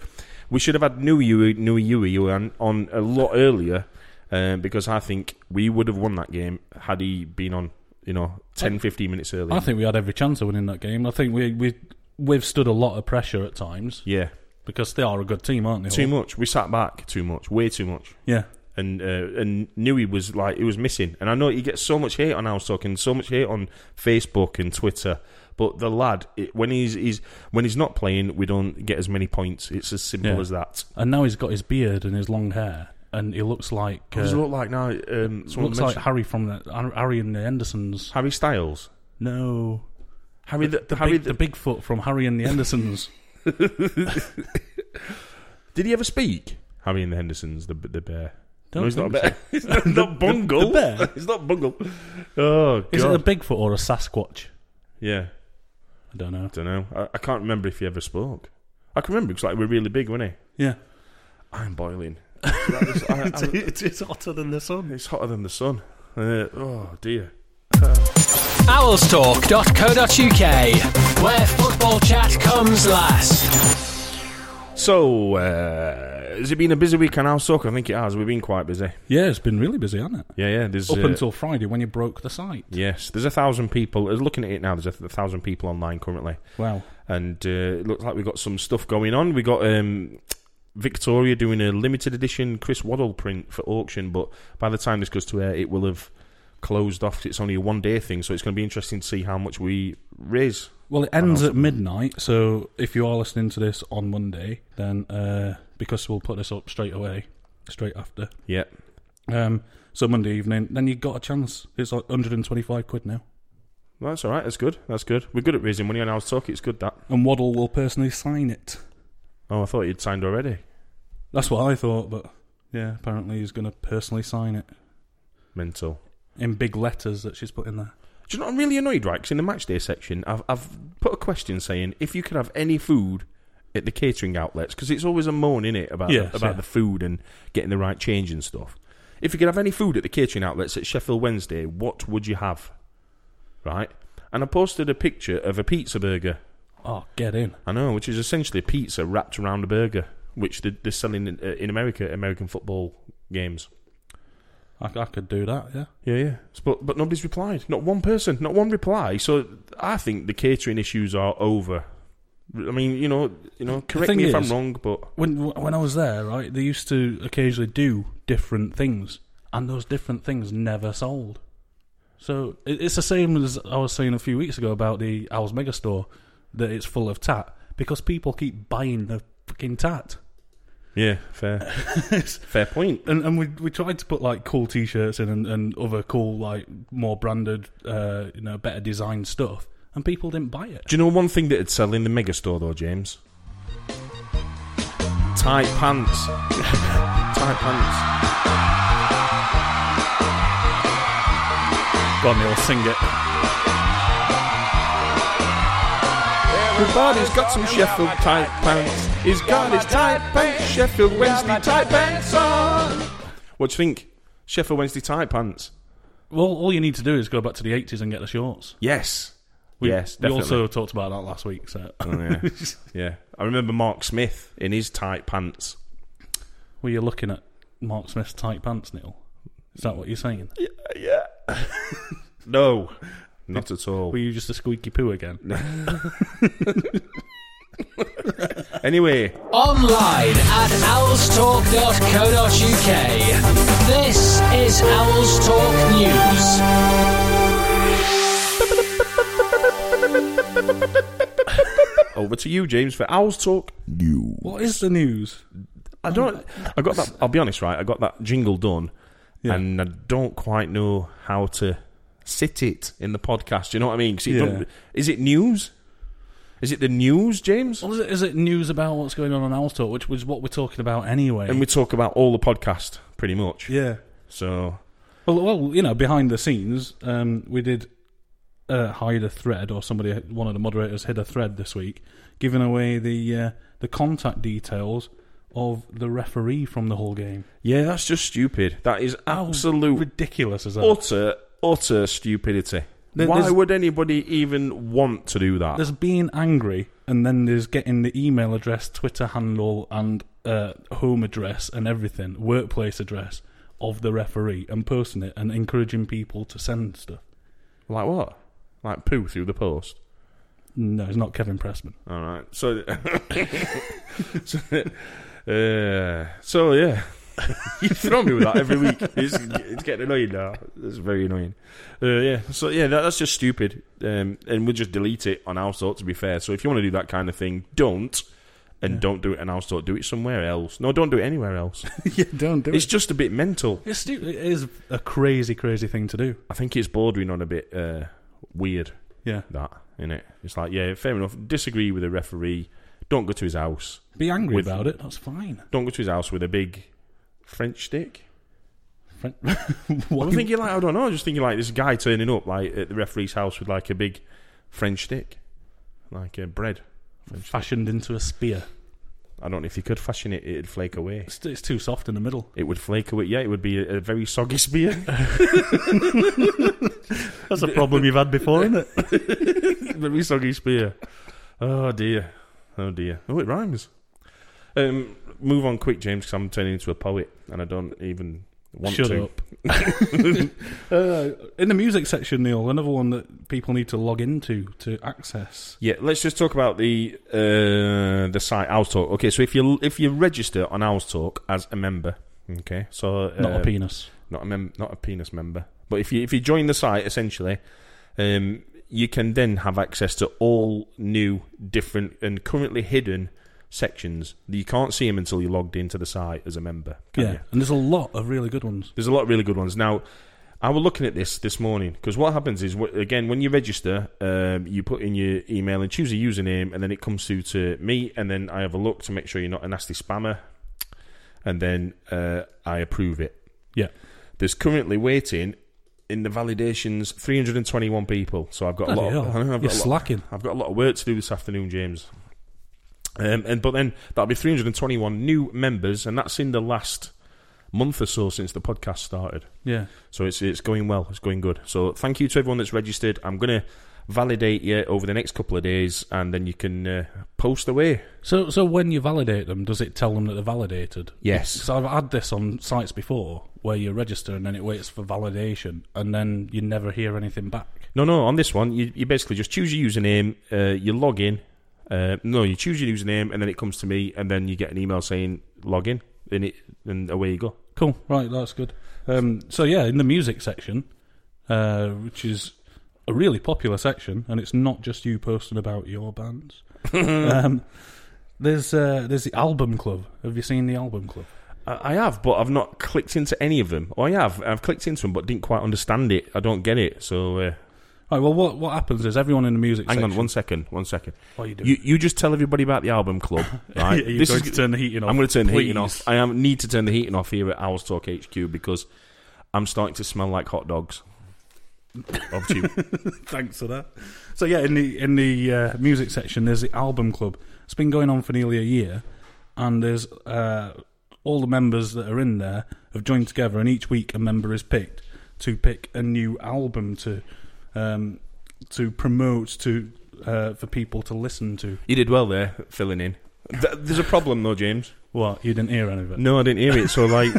A: We should have had New Yui, New Yui on, on a lot earlier, um, because I think we would have won that game had he been on, you know, 10, 15 minutes earlier.
B: I think we had every chance of winning that game. I think we we we've stood a lot of pressure at times
A: yeah,
B: because they are a good team, aren't they?
A: too much. We sat back too much, way too much.
B: Yeah.
A: and uh, and knew he was like he was missing. And I know he gets so much hate on House Talk and so much hate on Facebook and Twitter. But the lad, it, when he's, he's when he's not playing, we don't get as many points. It's as simple
B: Yeah.
A: as that.
B: And now he's got his beard and his long hair, and he looks like
A: What does
B: uh,
A: it look like now? Um, someone
B: looks like
A: mentioned-
B: Harry from the Har- Harry and the Andersons.
A: Harry Styles,
B: No,
A: Harry the,
B: the,
A: Harry
B: big,
A: the,
B: the Bigfoot from Harry and the Andersons.
A: Did he ever speak? Harry and the Hendersons, the the bear.
B: Don't
A: no, he's not a
B: think
A: bear. He's not, not Bungle.
B: the bear?
A: he's not Bungle. Oh god.
B: Is it a Bigfoot or a Sasquatch?
A: yeah.
B: I don't know.
A: I don't know. I, I can't remember if he ever spoke. I can remember because like we're really big, wasn't he?
B: Yeah,
A: I'm boiling. That is- I- I-
B: it's hotter than the sun.
A: it's hotter than the sun. Uh, oh dear.
E: Owlstalk.co.uk, where football chat comes last.
A: So, uh, has it been a busy week on our soccer? I think it has. We've been quite busy.
B: Yeah, it's been really busy, hasn't it?
A: Yeah, yeah. There's
B: Up
A: uh,
B: until Friday when you broke the site.
A: yes, there's a thousand people. I was looking at it now. There's a, th- a thousand people online currently,
B: Wow.
A: and uh, it looks like we've got some stuff going on. We got um, Victoria doing a limited edition Chris Waddle print for auction, but by the time this goes to air, it will have closed off. 'cause It's only a one day thing, so it's going to be interesting to see how much we raise.
B: Well, it ends at midnight, so if you are listening to this on Monday, then uh, because we'll put this up straight away, straight after.
A: Yeah,
B: Um, so Monday evening, then you got a chance. It's like 125 quid now.
A: Well, that's all right. That's good. That's good. We're good at raising money on our talk. It's good that.
B: And Waddle will personally sign it.
A: Oh, I thought you'd signed already.
B: That's what I thought, but yeah, apparently he's going to personally sign it
A: Mental.
B: in big letters that she's put in there.
A: Do you know what I'm really annoyed, right? Because in the match day section, I've, I've put a question saying if you could have any food at the catering outlets, because it's always a moan in it about
B: Yes,
A: about
B: yeah.
A: the food and getting the right change and stuff. If you could have any food at the catering outlets at Sheffield Wednesday, what would you have? Right. And I posted a picture of a pizza burger.
B: Oh, get in.
A: I know, which is essentially a pizza wrapped around a burger, which they- they're selling in, uh, in America, American football games.
B: I, I could do that, yeah.
A: Yeah, yeah. S- But but nobody's replied. Not one person. Not one reply. So I think the catering issues are over. I mean, you know, you know. Correct
B: thing
A: me if I'm
B: is-
A: wrong, but
B: When when I was there, right, they used to occasionally do different things, and those different things never sold. So it, it's the same as I was saying a few weeks ago about the Owls Mega Store that it's full of tat because people keep buying the fucking tat.
A: yeah, fair, fair point.
B: and and we we tried to put like cool t-shirts in and, and other cool like more branded uh you know better designed stuff and people didn't buy it
A: Do you know one thing that'd sell in the mega store though, James? Tight pants. Tight pants.
B: go on Neil sing it
A: Everybody's got some Sheffield tight pants. He's got his tight pants. Sheffield Wednesday tight pants on. What do you think? Sheffield Wednesday tight pants.
B: well all you need to do is go back to the 80s and get the shorts
A: Yes. yes.
B: we
A: Definitely.
B: also talked about that last week so
A: Oh, yeah. yeah. I remember Mark Smith in his tight pants.
B: were you looking at Mark Smith's tight pants Neil is that what you're saying
A: Yeah. No, not at all.
B: Were you just a squeaky poo again?
A: Anyway,
E: Online at owlstalk.co.uk. This is Owls Talk News.
A: over to you, James, for Owls Talk.
B: What is the news?
A: I don't. I got that. I'll be honest, right? I got that jingle done, and I don't quite know how to sit it in the podcast. You know what I mean? 'Cause it
B: Yeah.
A: don't- Is it news? Is it the news, James?
B: Well, is it, is it news about what's going on on Owl's Talk, which was what we're talking about anyway?
A: And we talk about all the podcast pretty much.
B: yeah.
A: So
B: Well, well, you know, behind the scenes, um, we did uh, hide a thread, or somebody, one of the moderators, hid a thread this week, giving away the uh, the contact details of the referee from the whole game.
A: yeah, that's just stupid. That is absolute
B: ridiculous, is that?
A: utter utter stupidity.
B: There-
A: Why
B: there's-
A: would anybody even want to do that?
B: there's being angry, and then there's getting the email address, Twitter handle, and uh, home address, and everything, workplace address of the referee, and posting it, and encouraging people to send stuff.
A: Like what? Like poo through the post.
B: No, it's not Kevin Pressman.
A: All right. So, so, uh, so yeah. you throw me with that every week. It's, it's getting annoying now. It's very annoying. Uh, yeah. So yeah, that, that's just stupid. Um, and we'll just delete it on our sort. To be fair, so if you want to do that kind of thing, don't. And don't do it on our sort. Do it somewhere else. No, don't do it anywhere else.
B: yeah, don't do
A: it's just a bit mental.
B: It's stu- it is a crazy, crazy thing to do.
A: I think it's bordering on a bit uh, weird.
B: Yeah.
A: That in it. It's like yeah, fair enough. Disagree with the referee. Don't go to his house.
B: Be angry
A: With-
B: about it. That's fine.
A: don't go to his house with a big French stick.
B: Fren-
A: I'm thinking like I don't know. I'm just thinking like this guy turning up like at the referee's house with like a big French stick, like uh, bread.
B: fashioned into a spear.
A: I don't know if you could fashion it; it'd flake away.
B: It's, it's too soft in the middle.
A: It would flake away. Yeah, it would be a, a very soggy spear,
B: That's a problem you've had before, isn't it?
A: very soggy spear. Oh dear, oh dear. Oh, it rhymes. Um, move on quick, James, because I'm turning into a poet, and I don't even want
B: Shut
A: to.
B: up. uh, in the music section, Neil, another one that people need to log into to access.
A: Yeah, let's just talk about the uh, the site Owls Talk. Okay, so if you if you register on Owls Talk as a member, okay, so uh,
B: Not a penis.
A: not a mem- not a penis member, but if you if you join the site essentially, um, you can then have access to all new, different, and currently hidden sections. You can't see them until you're logged into the site as a member. Can
B: Yeah,
A: you?
B: and there's a lot of really good ones.
A: There's a lot of really good ones. Now, I was looking at this this morning because what happens is, wh- again, when you register, um, you put in your email and choose a username, and then it comes through to me, and then I have a look to make sure you're not a nasty spammer, and then uh, I approve it.
B: Yeah,
A: There's currently waiting in the validations 321 people, so I've got a lot.
B: Bloody
A: Of,
B: hell.
A: I know, I've
B: You're
A: got a lot-
B: slacking.
A: I've got a lot of work to do this afternoon, James. Um, and but then that'll be 321 new members, and that's in the last month or so since the podcast started.
B: yeah.
A: So it's it's going well. It's going good. So thank you to everyone that's registered. I'm gonna validate you over the next couple of days, and then you can uh, post away.
B: So, so when you validate them, does it tell them that they're validated?
A: Yes.
B: So I've had this on sites before where you register and then it waits for validation, and then you never hear anything back.
A: No, no. On this one, you, you basically just choose your username. Uh, you log in. Uh, no, you choose your username, and then it comes to me, and then you get an email saying log in, and it and away you go.
B: Cool. Right, that's good. Um, so yeah, in the music section, uh, which is a really popular section, and it's not just you posting about your bands. um, there's uh, there's the album club. Have you seen the album club?
A: I, I have, but I've not clicked into any of them. Oh, I have. I've clicked into them, but didn't quite understand it. I don't get it. So uh,
B: Right. Well, what what happens is everyone in the music
A: hang
B: section.
A: on, one second, one second.
B: What are you doing?
A: You, you just tell everybody about the album club. Right?
B: Yeah, you're going to turn the heating off,
A: I'm going to turn the heating
B: please.
A: off. I am, need to turn the heating off here at Owls Talk HQ because I'm starting to smell like hot dogs. Of you.
B: Thanks for that. So yeah, in the in the uh, music section, there's the album club. It's been going on for nearly a year, and there's uh, all the members that are in there have joined together, and each week a member is picked to pick a new album to um, to promote to uh, for people to listen to.
A: you did well there, filling in. Th- There's a problem though, James.
B: What you didn't hear any of it?
A: No, I didn't hear it. So like,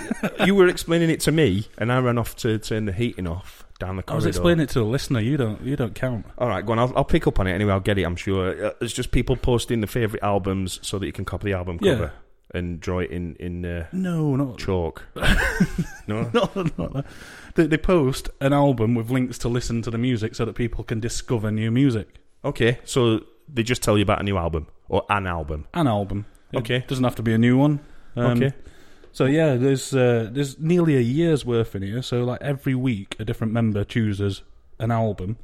A: you were explaining it to me, and I ran off to turn the heating off down the corridor.
B: I was explaining it to the listener. You don't. You don't count.
A: All right, go on. I'll, I'll pick up on it anyway. I'll get it. I'm sure. Uh, It's just people posting their favorite albums so that you can copy the album
B: Yeah.
A: cover and draw it in in uh,
B: No, not
A: chalk. no,
B: No, not that. They, they post an album with links to listen to the music so that people can discover new music.
A: Okay, so they just tell you about a new album or an album.
B: An album. It
A: Okay.
B: doesn't have to be a new one. Um,
A: Okay.
B: So yeah, there's uh, there's nearly a year's worth in here. So like every week, a different member chooses an album,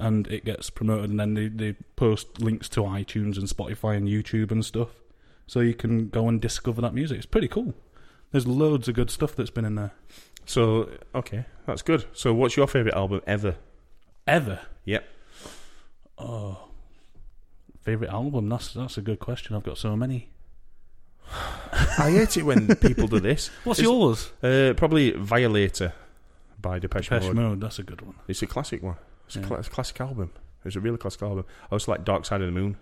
B: and it gets promoted, and then they, they post links to iTunes and Spotify and YouTube and stuff, so you can go and discover that music. It's pretty cool. There's loads of good stuff that's been in there.
A: So okay, that's good. So what's your favorite album ever?
B: Ever
A: Yep.
B: favorite album? That's that's a good question. I've got so many.
A: I hate it when people do this.
B: What's
A: It's-
B: yours?
A: Uh, probably Violator by Depeche,
B: Pesh
A: Mode.
B: Mode. That's a good one.
A: It's a classic one. It's, a cla- it's a classic album. It's a really classic album. I also like Dark Side of the Moon,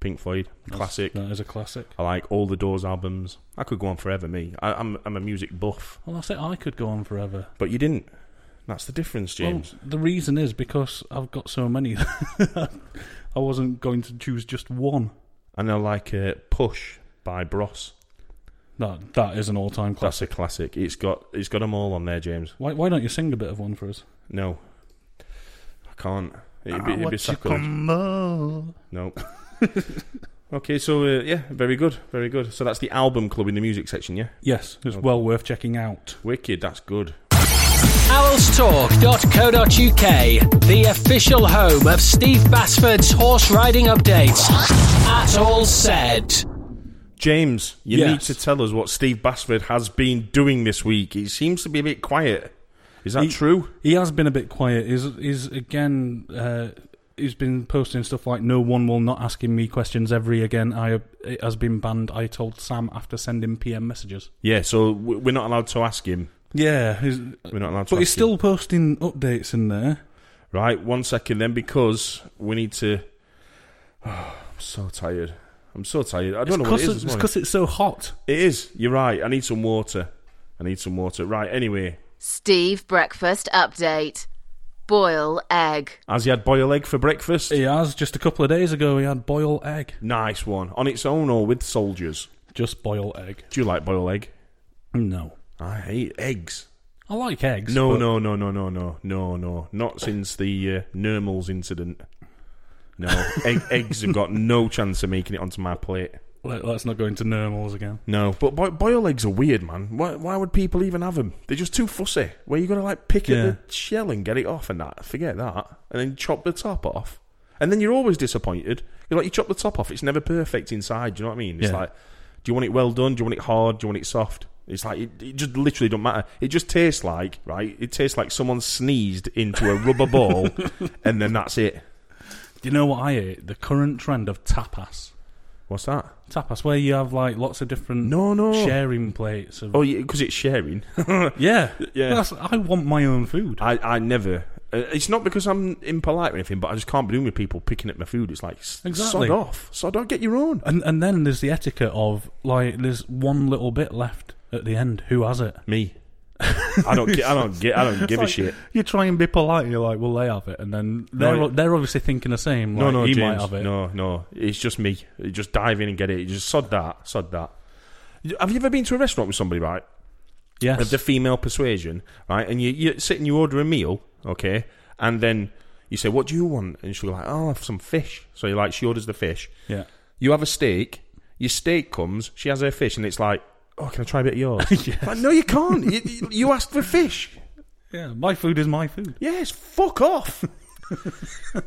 A: Pink Floyd, classic.
B: That is a classic.
A: I like all the Doors albums. I could go on forever, me. I, I'm I'm a music buff,
B: Well, that's it. I could go on forever.
A: but you didn't. That's the difference, James.
B: Well, the reason is because I've got so many. I wasn't going to choose just one.
A: and I like uh, Push by Bros.
B: That that is an all-time
A: That's
B: classic.
A: a classic. It's got it's got them all on there, James.
B: Why why don't you sing a bit of one for us?
A: No, I can't. It'd
B: Ah,
A: be, it'd be sacrilege. No. okay, so uh, yeah, very good, very good. So that's the album club in the music section, yeah.
B: Yes, it's well worth checking out.
A: Wicked, that's good.
E: Owlstalk.co.uk, the official home of Steve Basford's horse riding updates. At all said.
A: James, you
B: Yes.
A: need to tell us what Steve Basford has been doing this week. He seems to be a bit quiet. Is that
B: He-
A: true?
B: He has been a bit quiet. He's, he's again. Uh, he's been posting stuff like "No one will not asking me questions every again." I it has been banned. I told Sam after sending PM messages.
A: Yeah. So w- we're not allowed to ask him.
B: Yeah, he's,
A: We're not allowed to.
B: but he's
A: ask
B: still
A: him.
B: posting updates in there.
A: right. One second, then, because we need to. Oh, I'm so tired. I'm so tired. I don't know what it is. this
B: it's
A: morning.
B: because it's so hot.
A: It is. You're right. I need some water. I need some water. Right. Anyway,
I: Steve Breakfast Update. Boil egg.
A: has he had boiled egg for breakfast?
B: He has just a couple of days ago. He had boiled egg.
A: Nice one. On its own or with soldiers?
B: Just boiled egg.
A: Do you like boiled egg?
B: No,
A: I hate eggs.
B: I like eggs.
A: No,
B: but-
A: no, no, no, no, no, no, no. Not since the uh, Nermals incident. No, egg, eggs have got no chance of making it onto my plate.
B: Let, let's not go into normals again.
A: No, but bo- boiled eggs are weird, man. Why, why would people even have them? They're just too fussy. Where you got to like pick
B: Yeah.
A: at the shell and get it off and that. Forget that. And then chop the top off. And then you're always disappointed. You're like you chop the top off. It's never perfect inside. Do you know what I mean? It's
B: Yeah.
A: like, do you want it well done? Do you want it hard? Do you want it soft? It's like it, it just literally don't matter. It just tastes like right. It tastes like someone sneezed into a rubber ball, and then that's it.
B: Do you know what I hate? The current trend of tapas.
A: What's that?
B: Tapas, where you have like lots of different
A: No, no.
B: sharing plates of
A: Oh, because it's sharing.
B: yeah
A: Yeah.
B: That's- I want my own food.
A: I, I never. Uh, it's not because I'm impolite or anything, but I just can't be doing with people picking at my food. It's like s-
B: Exactly.
A: sod off, sod off, get your own.
B: and and then there's the etiquette of like there's one little bit left at the end. Who has it?
A: Me, I don't get, I don't get, I don't give a shit.
B: You try and be polite, and you're like, "Well, they have it," and then they're
A: No, it-
B: they're obviously thinking the same. Like,
A: No, no,
B: he
A: James,
B: might have it.
A: no, no. It's just me. You just dive in and get it. You just sod that, sod that. You- Have you ever been to a restaurant with somebody, right?
B: Yes,
A: Of the female persuasion, right? And you you sit and you order a meal, okay, and then you say, "What do you want?" And she'll be like, "Oh, I'll have some fish." So you like, she orders the fish.
B: yeah.
A: You have a steak. Your steak comes. She has her fish, and it's like, oh, can I try a bit of yours? Like, no, you can't. You- you, you asked for fish.
B: Yeah, my food is my food.
A: Yes, fuck off.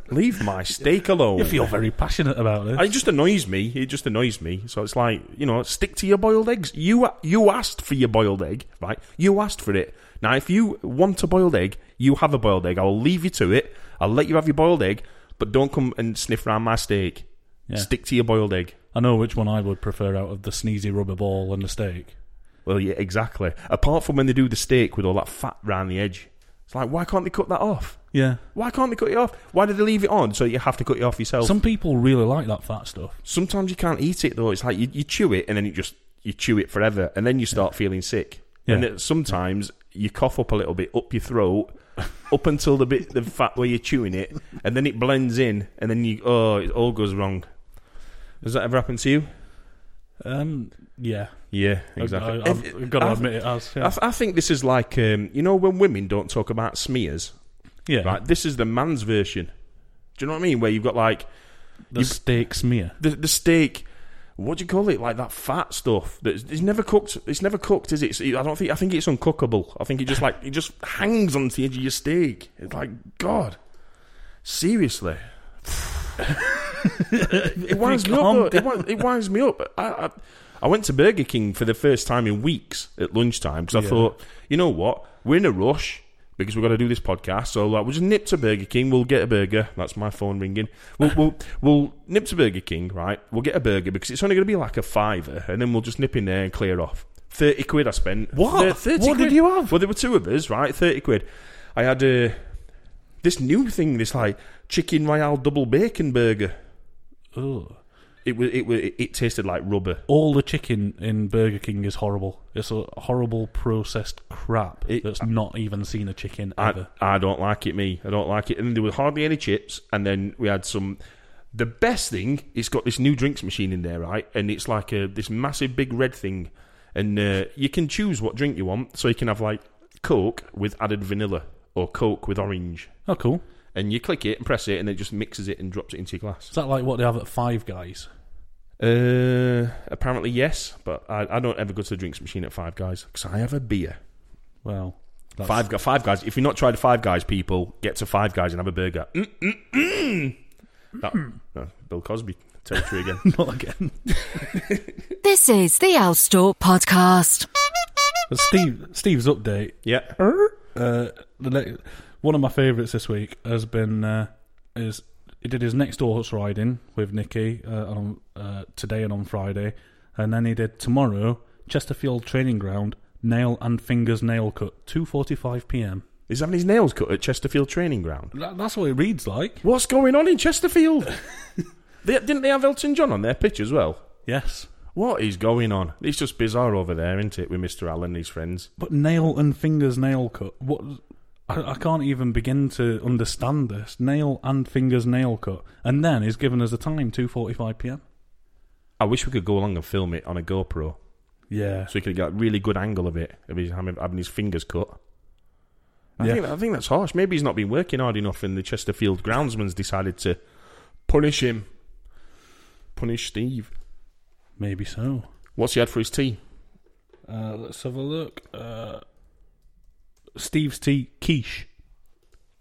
A: Leave my steak alone.
B: You feel very passionate about this.
A: it just annoys me. It just annoys me. So it's like you know, stick to your boiled eggs. You you asked for your boiled egg, right? You asked for it. Now, if you want a boiled egg, you have a boiled egg. I will leave you to it. I'll let you have your boiled egg, but don't come and sniff around my steak.
B: Yeah.
A: Stick to your boiled egg.
B: I know which one I would prefer out of the sneezy rubber ball and the steak.
A: Well, yeah, exactly. Apart from when they do the steak with all that fat round the edge, it's like, why can't they cut that off?
B: Yeah.
A: Why can't they cut it off? Why do they leave it on so you have to cut it off yourself?
B: Some people really like that fat stuff.
A: Sometimes you can't eat it though. It's like you, you chew it and then you just you chew it forever, and uh, then you start feeling sick.
B: Yeah.
A: And it, sometimes you cough up a little bit up your throat, up until the bit the fat where you're chewing it, and then it blends in, and then you oh it all goes wrong. Has that ever happened to you?
B: Um, yeah.
A: Yeah, exactly.
B: I, have got to
A: I've-
B: admit it has.
A: I,
B: Yeah.
A: th- I think this is like um, you know when women don't talk about smears.
B: yeah.
A: Right, this is the man's version. Do you know what I mean? Where you've got like
B: The steak smear.
A: the the steak. What do you call it? Like that fat stuff that's it's never cooked. It's never cooked, is it? So I don't think. I think it's uncookable. I think it just like it just hangs on the edge of your steak. It's like God, seriously. it winds me
B: calm
A: up. though. It, winds, it winds me up. I, I I went to Burger King for the first time in weeks at lunchtime because I thought, you know what, we're in a rush. Because we've got to do this podcast, so like we'll just nip to Burger King. We'll get a burger. That's my phone ringing. We'll we'll, we'll nip to Burger King, right? We'll get a burger because it's only going to be like a fiver, and then we'll just nip in there and clear off. Thirty quid I spent.
B: What?
A: Thir- Thirty.
B: What did
A: quid.
B: you have?
A: Well, there were two of us, right? Thirty quid. I had uh, this new thing, this like chicken royale double bacon burger.
B: Ugh.
A: It was it was it tasted like rubber.
B: All the chicken in Burger King is horrible. It's a horrible processed crap
A: It-
B: that's not even seen a chicken
A: I,
B: ever.
A: I don't like it, me. I don't like it. And there were hardly any chips. And then we had some. The best thing, it's got this new drinks machine in there, right? And it's like a this massive big red thing, and uh, you can choose what drink you want. So you can have like Coke with added vanilla or Coke with orange,
B: Oh, cool.
A: and you click it and press it, and it just mixes it and drops it into your glass.
B: Is that like what they have at Five Guys?
A: Uh, apparently yes, but I, I don't ever go to the drinks machine at Five Guys because I have a beer.
B: Well, that's,
A: Five Gu- Five Guys. If you're not tried Five Guys, people get to Five Guys and have a burger. Mm, mm, mm. That, no, Bill Cosby territory again.
B: not again.
C: This is the Outstore Podcast.
B: But Steve, Steve's update.
A: yeah,
B: Uh, the ne- one of my favourites this week has been uh, is he did his next door horse riding with Nikki uh, on uh, today and on Friday, and then he did tomorrow Chesterfield Training Ground nail and fingers nail cut two forty five p.m.
A: he's having his nails cut at Chesterfield Training Ground.
B: That, that's what it reads like.
A: What's going on in Chesterfield? they, didn't they have Elton John on their pitch as well?
B: Yes,
A: What is going on? It's just bizarre over there, isn't it? With Mr. Allen and his friends.
B: but nail and fingers nail cut. What? I, I can't even begin to understand this. Nail and fingers nail cut, and then he's given us a time two forty five p.m.
A: I wish we could go along and film it on a GoPro
B: Yeah.
A: so we could get a really good angle of it of his having, having his fingers cut. I,
B: Yeah.
A: think, I think that's harsh. Maybe he's not been working hard enough, and the Chesterfield groundsman's decided to punish him. Punish Steve.
B: Maybe so.
A: What's he had for his tea?
B: Uh, let's have a look. Uh, Steve's tea quiche.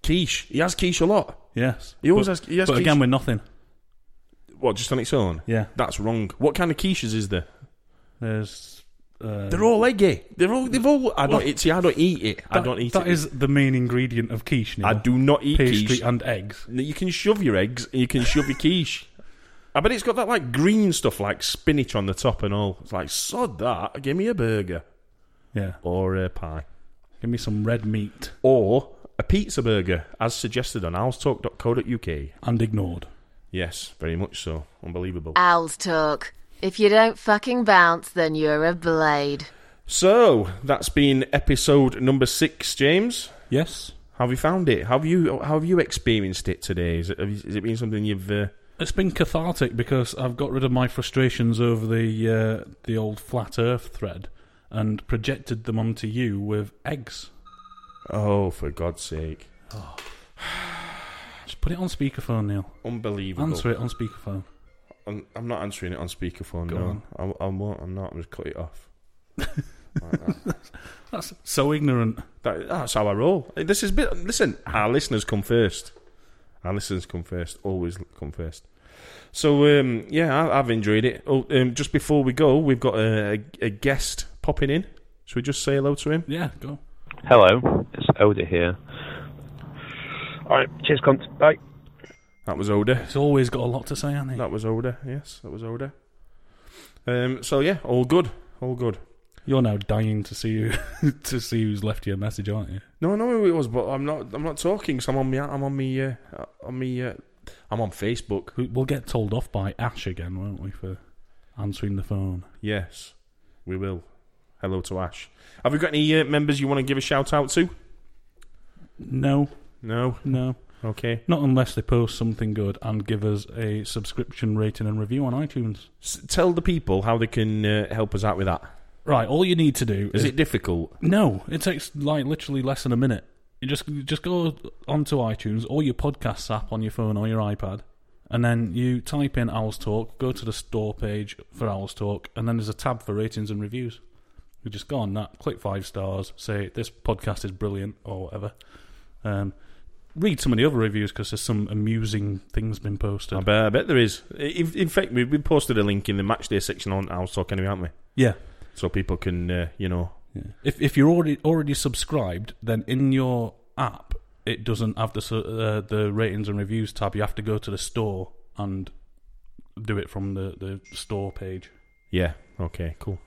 A: Quiche. He has quiche a lot.
B: Yes.
A: He always
B: but,
A: has- he has
B: But
A: quiche.
B: again, with nothing.
A: What, just on its own?
B: Yeah.
A: That's wrong. What kind of quiches is there?
B: There's. Uh,
A: They're all eggy. They're all. They've all. I don't. eat. see, I don't eat it. I
B: that-
A: don't eat
B: That
A: it.
B: is the main ingredient of quiche. Neil.
A: I do not eat
B: pastry
A: quiche.
B: and eggs.
A: You can shove your eggs. and You can shove your quiche. I bet it's got that like green stuff, like spinach on the top and all. It's like sod that. Give me a burger
B: Yeah.
A: or a pie
B: Give me some red meat
A: or a pizza burger, as suggested on owlstalk.co.uk.
B: and ignored.
A: Yes, very much so. Unbelievable.
I: Owls talk. If you don't fucking bounce, then you're a blade.
A: So that's been episode number six, James.
B: Yes.
A: How have you found it? How have you how have you experienced it today? Is it, have you- has it been something you've? Uh,
B: It's been cathartic because I've got rid of my frustrations over the uh, the old flat Earth thread and projected them onto you with eggs.
A: oh, for God's sake!
B: Just put it on speakerphone, Neil.
A: Unbelievable.
B: Answer it on speakerphone.
A: I'm, I'm not answering it on speakerphone.
B: Go
A: no, I, I won't. I'm not. I'm just cut it off.
B: That's so ignorant.
A: That, that's how I roll. This is bit. Listen, our listeners come first. Our listeners come first. Always come first. So um, yeah, I, I've enjoyed it. Oh, um, just before we go, we've got a, a, guest popping in. Should we just say hello to him?
B: Yeah, go.
J: Hello, it's Oda here. Alright, cheers, cunt. Bye.
A: That was Oda.
B: He's always got a lot to say, hasn't he?
A: That was Oda. Yes, that was Oda. Um, so yeah, all good. All good.
B: You're now dying to see who, to see who's left you a message, aren't you?
A: No, I know who it was, but I'm not. I'm not talking. So I'm on me. I'm on me. Uh, on me. Uh, I'm on Facebook.
B: We- We'll get told off by Ash again, won't we, for answering the phone?
A: Yes, we will. Hello to Ash. Have we got any uh, members you want to give a shout out to?
B: No.
A: No.
B: No.
A: Okay.
B: Not unless they post something good and give us a subscription rating and review on iTunes.
A: S- tell the people how they can uh, help us out with that.
B: Right, all you need to do
A: Is
B: is
A: it difficult?
B: No, it takes like literally less than a minute. You just just go onto iTunes or your podcast app on your phone or your iPad, and then you type in Owls Talk. Go to the store page for Owls Talk, and then there's a tab for ratings and reviews. You just go on that, click five stars, say this podcast is brilliant or whatever. Um, read some of the other reviews because there's some amusing things been posted.
A: I bet, I bet there is. In, in fact, we, we posted a link in the matchday section on House Talk anyway, haven't we?
B: Yeah.
A: So people can, uh, you know.
B: If if you're already already subscribed, then in your app it doesn't have the so- uh, the ratings and reviews tab. You have to go to the store and do it from the, the store page.
A: Yeah. Okay. Cool.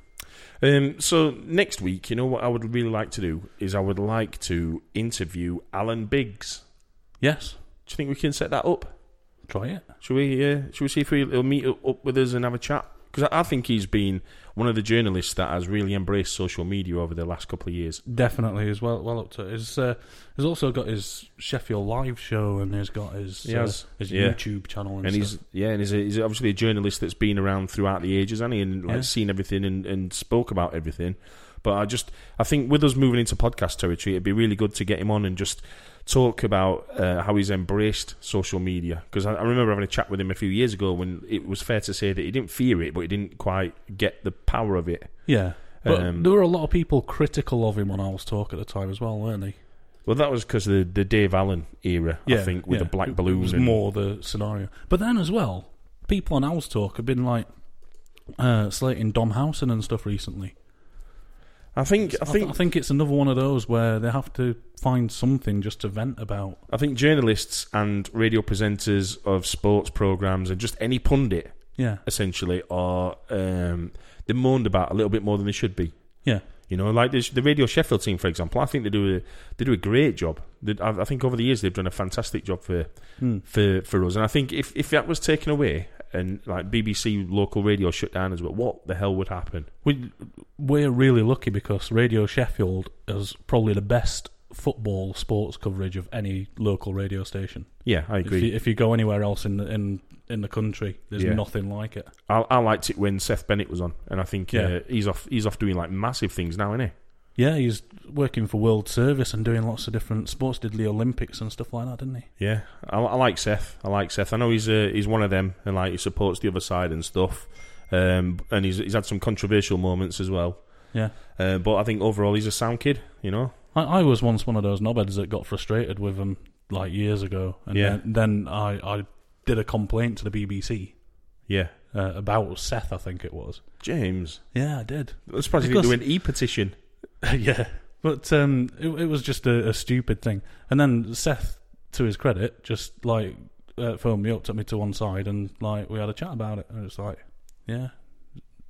A: Um, so next week, you know what I would really like to do is I would like to interview Alan Biggs.
B: Yes.
A: Do you think we can set that up?
B: Try it.
A: Should we? Uh, should we see if he- he'll meet up with us and have a chat? Because I, I think he's been one of the journalists that has really embraced social media over the last couple of years.
B: Definitely as well. Well up to his. Uh, he's also got his Sheffield live show and he's got his
A: He
B: uh,
A: has,
B: his
A: yeah.
B: YouTube channel and,
A: and he's
B: stuff.
A: yeah, and he's, a, he's obviously a journalist that's been around throughout the ages, and he and like
B: Yeah.
A: seen everything and, and spoke about everything. But I just I think with us moving into podcast territory, it'd be really good to get him on and just talk about uh, how he's embraced social media because I, I remember having a chat with him a few years ago when it was fair to say that he didn't fear it, but he didn't quite get the power of it.
B: Yeah. But
A: Um,
B: there were a lot of people critical of him on Owls Talk at the time as well, weren't they?
A: Well, that was because the the Dave Allen era, I think, with
B: yeah.
A: the black
B: It
A: balloon
B: was
A: and-
B: more the scenario. But then as well, people on Owls Talk have been like uh, slating Dom Housen and stuff recently.
A: I think I
B: I
A: think
B: think I think it's another one of those where they have to find something just to vent about.
A: I think journalists and radio presenters of sports programs and just any pundit,
B: Yeah.
A: essentially, are um, they're moaned about a little bit more than they should be.
B: Yeah.
A: You know, like the, the Radio Sheffield team, for example, I think they do a they do a great job. They, I, I think over the years they've done a fantastic job for
B: Hmm.
A: for for us. And I think if if that was taken away and like BBC local radio shut down as well, what the hell would happen?
B: We we're really lucky because Radio Sheffield has probably the best football sports coverage of any local radio station.
A: Yeah, I
B: If
A: agree.
B: you, if you go anywhere else in the, in in the country, there's
A: Yeah.
B: nothing like it.
A: I, I liked it when Seth Bennett was on, and I think uh,
B: Yeah.
A: he's off he's off doing like massive things now, isn't he?
B: Yeah, he's working for World Service and doing lots of different sports. Did the Olympics and stuff like that, didn't he?
A: Yeah, I, I like Seth. I like Seth. I know he's uh, he's one of them, and like he supports the other side and stuff. Um, and he's he's had some controversial moments as well.
B: Yeah.
A: Uh, but I think overall he's a sound kid. You know.
B: I, I was once one of those knobheads that got frustrated with him like years ago, and
A: Yeah.
B: then, then I I did a complaint to the BBC
A: Yeah.
B: uh, about Seth, I think it was.
A: James,
B: Yeah, I did.
A: I'm surprised he didn't do
B: Because-
A: an e-petition.
B: yeah, but um, it, it was just a, a stupid thing. And then Seth, to his credit, just like uh, phoned me up, took me to one side, and like we had a chat about it, and it's like, yeah,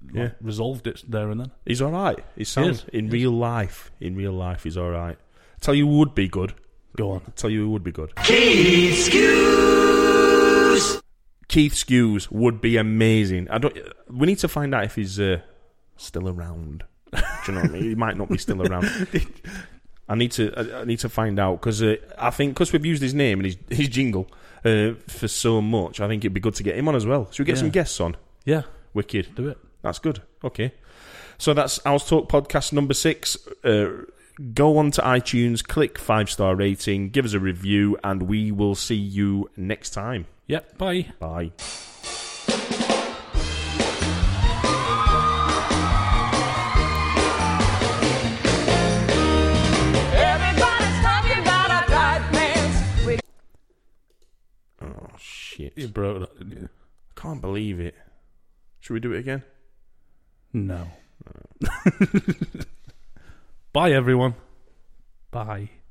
B: like,
A: Yeah.
B: resolved it there and then.
A: He's all right. He's sound
B: is.
A: in
B: He is.
A: real life. In real life, he's all right. I tell you, who would be good.
B: Go on.
A: I tell you, who would be good.
D: Keith Skews!
A: Keith Skews would be amazing. I don't. We need to find out if he's uh, still around. Do you know what I mean? He might not be still around. I need to. I- I need to find out because uh, I think because we've used his name and his his jingle uh, for so much. I think it'd be good to get him on as well. Should we get
B: Yeah.
A: some guests on?
B: Yeah,
A: Wicked.
B: do it.
A: That's good. Okay. So that's Owls Talk podcast number six. Uh, go on to iTunes, click five star rating, give us a review, and we will see you next time.
B: Yep. Bye.
A: Bye.
D: Everybody's talking about our tight pants. We
A: Oh shit!
B: You broke that. didn't you?
A: Can't believe it. Should we do it again?
B: No. Bye, everyone. Bye.